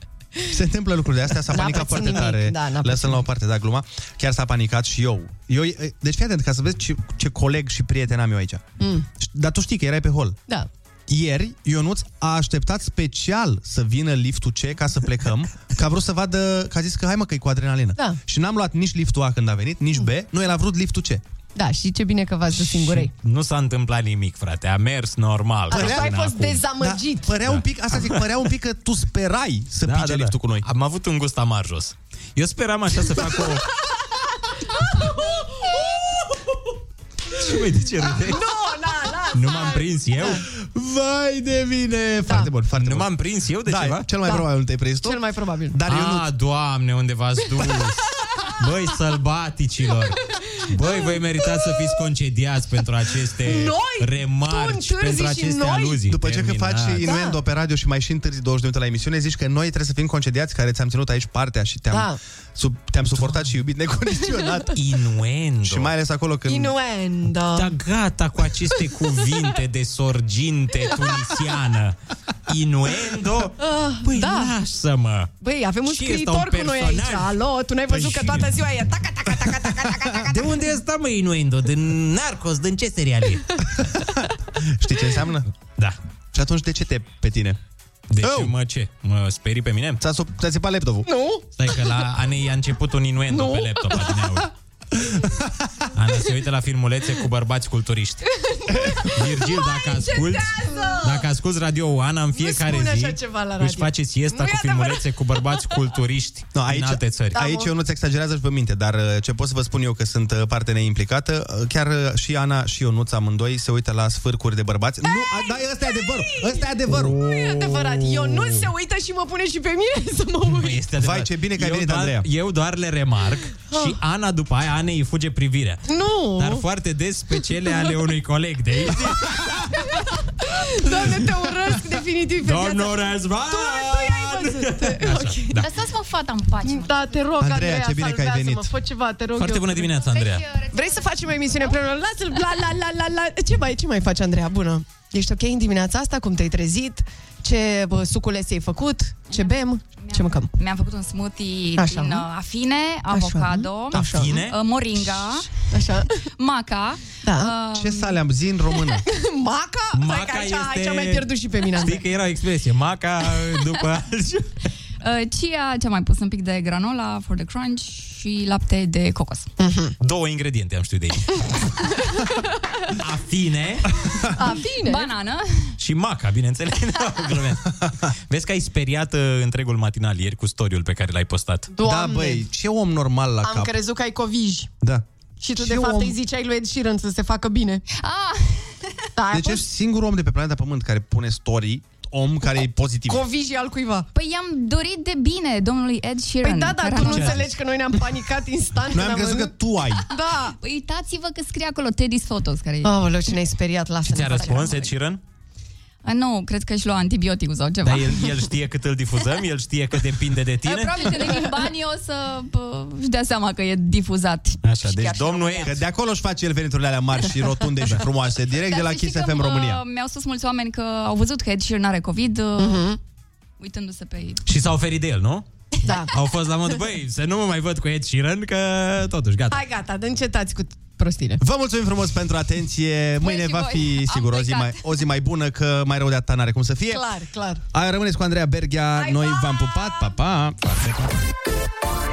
A: Se întâmplă lucruri de astea, s-a
B: N-a
A: panicat
B: pățit
A: foarte
B: nimic,
A: tare.
B: da, n-a pățit
A: Lăsăm la o parte, da, gluma. Chiar s-a panicat și eu. eu. e, Deci fii atent, ca să vezi ce, ce coleg și prieten am eu aici.
B: Mm.
A: Dar tu știi că erai pe hol.
B: Da.
A: Ieri, Ionuț a așteptat special să vină liftul C ca să plecăm, că a vrut să vadă, că a zis că hai mă că e cu adrenalină.
B: Da.
A: Și n-am luat nici liftul A când a venit, nici B, nu, el a vrut liftul C.
B: Da, și ce bine că v-ați dus singurei.
H: Nu s-a întâmplat nimic, frate. A mers normal.
B: Atunci
H: Până
B: ai fost
H: acum.
B: dezamăgit.
A: Da, părea un pic, asta zic, părea un pic că tu sperai să da, pice da, liftul cu noi.
H: Am avut un gust amar jos. Eu speram așa să fac o... Și uite de ce râdeai?
C: Oh,
B: Nu, na, lasă!
H: Nu m-am prins eu?
A: Vai de mine! Foarte bun, foarte
H: Nu
A: bun.
H: m-am prins eu de
A: da,
H: ceva?
A: cel mai
B: Da.
A: probabil nu te-ai prins tu.
B: Cel mai probabil.
A: Dar eu nu...
H: A, doamne, unde v-ați dus? Băi, sălbaticilor! Băi, voi meritați să fiți concediați pentru aceste
B: Noi? Tu
H: remarci,
B: întârzi
H: pentru
B: și
H: aceste
B: noi?
H: aluzii.
A: După ce că
H: Terminați.
A: faci innuendo pe radio și mai și întârzi 20 de minute la emisiune, zici că noi trebuie să fim concediați care ți-am ținut aici partea și te-am,
B: Da.
A: sub, te-am suportat și iubit necondiționat.
H: Innuendo.
A: și mai ales acolo când...
B: Inuendo.
H: Da, gata cu aceste cuvinte de sorginte tunisiană. Innuendo?
B: Ah,
H: Băi,
B: da.
H: lasă-mă!
B: Băi, avem un
H: Și este
B: scriitor
H: un
B: cu noi aici.
H: personaj.
B: Alo, tu n-ai văzut că
H: Păi
B: toată
H: și-
B: ziua e taca, taca, taca, taca.
H: De unde e asta, mă, Innuendo? Din Narcos, din ce serial e?
A: Știi ce înseamnă?
H: Da.
A: Și atunci de ce te pe tine? Oh!
H: De ce,
A: Eu?
H: mă, ce? Mă sperii pe mine?
A: Ți-a, sup- ți-a țipat laptopul.
B: Nu?
H: Stai că la Anei a început un innuendo
B: Nu.
H: pe laptop, adineauri. Ana se uită la filmulețe cu bărbați culturiști. Virgil, dacă asculti, dacă asculti radio Ana în fiecare
B: spune
H: zi,
B: așa ceva la
H: își
B: radio.
H: face siesta
B: Nu e
H: cu filmulețe cu bărbați culturiști
A: No, aici,
H: în alte țări.
B: Da,
A: aici eu nu-ți exagerează și pe minte, dar uh, ce pot să vă spun eu că sunt uh, parte neimplicată, uh, chiar uh, și Ana și Ionuț amândoi se uită la sfârcuri de bărbați. Nu, a- da, ăsta e adevărul, ăsta e adevărul.
B: Nu e adevărat. Eu nu se uită și mă pune și pe mine să mă uit.
H: Este adevărat.
A: Vai, ce bine că ai
H: eu
A: venit,
H: doar,
A: Andreea.
H: Eu doar le remarc și Ana după aia, Ana îi fuge privirea.
B: Ah. Nu!
H: Dar foarte des pe cele ale unui coleg de aici.
B: Doamne, te urăsc definitiv pe
H: Domnul
B: viața.
H: Răzvan!
B: Tu, tu i-ai văzut.
H: Așa, da.
T: Lăsați-mă fata în pace. mă.
B: Da, te rog,
H: Andreea,
B: Andreea,
H: ce bine că ai
B: salvează-mă,
H: venit.
B: Fă ceva, te rog
H: Foarte
B: eu.
H: bună
T: Păi
H: dimineața, Andreea.
B: Vrei să facem o emisiune împreună? Lasă-l, la, la, la, la, la. Ce mai, ce mai faci, Andreea? Bună. Ești ok în dimineața asta? Cum te-ai trezit? Ce bă, suculese ai făcut? Ce bem? Ce mâncăm?
T: Mi-am făcut un smoothie
B: Așa.
T: Așa. din uh, afine, avocado,
A: Așa. Afine?
T: uh, moringa,
B: Așa.
T: maca. Uh,
A: Da. Ce sale am zi în română?
B: Maca? Maca că aici, aici am mai pierdut și pe mine.
H: Știi că era o expresie. Maca după altceva.
T: Uh, chia, ce-am mai pus? Un pic de granola for the crunch și lapte de cocos.
B: Mm.
H: Două ingrediente am știut de aici. Afine
T: A, bine! Banană.
H: și maca, bineînțeles. Da, Glumesc. Vezi că ai speriat uh, întregul matinal ieri cu storiul pe care l-ai postat.
B: Doamne.
A: Da, băi, ce om normal la
B: Am
A: cap.
B: crezut că ai covij.
A: Da.
B: Și tu,
A: Ce
B: de fapt,
A: om?
B: îi ziceai lui Ed Sheeran să se facă bine.
T: Ah!
B: Da,
A: Deci ești singurul om de pe planeta Pământ care pune story, om care e pozitiv.
B: Covij al cuiva.
T: Păi i-am dorit de bine domnului Ed Sheeran.
B: Păi da, dar
T: care
B: tu
T: am
B: nu
T: zis.
B: înțelegi că noi ne-am panicat instant.
A: Noi am crezut că tu ai.
B: Da!
T: Păi uitați-vă că scrie acolo Teddy's Photos, care e...
B: Aoleu, ce ne-ai speriat, lasă
H: Ți-a răspuns Ed Sheeran?
T: Ah, Nu, cred că își lua antibioticul sau ceva.
H: Dar el, el știe cât îl difuzăm? El știe că depinde de
T: Eh,
H: tine?
T: Probabil că de din bani o să pă, își dea seama că e difuzat.
H: Așa, deci domnul
A: Că de acolo își face el veniturile alea mari și rotunde și frumoase, direct de la
T: să știi
A: Kiss
T: că,
A: FM
T: mă,
B: uh,
A: România.
T: Mi-au spus mulți oameni că au văzut că Ed Sheeran are COVID, uh
A: Mhm.
T: uitându-se pe ei.
H: Și s-a oferit de el, nu?
B: Da.
H: Au fost la mod, băi, să nu mă mai văd cu Ed Sheeran, că totuși, gata.
B: Hai, gata, dă încetați cu prostile.
A: Vă mulțumim frumos pentru atenție. Mâine
B: și
A: va
B: voi.
A: fi,
B: Am
A: sigur, o zi,
B: plecat.
A: mai, o zi mai bună, că mai rău de atâta n-are cum să fie.
B: Clar, clar.
A: Ai rămâneți cu Andreea Berghia. Noi v-am pupat. Pa, pa!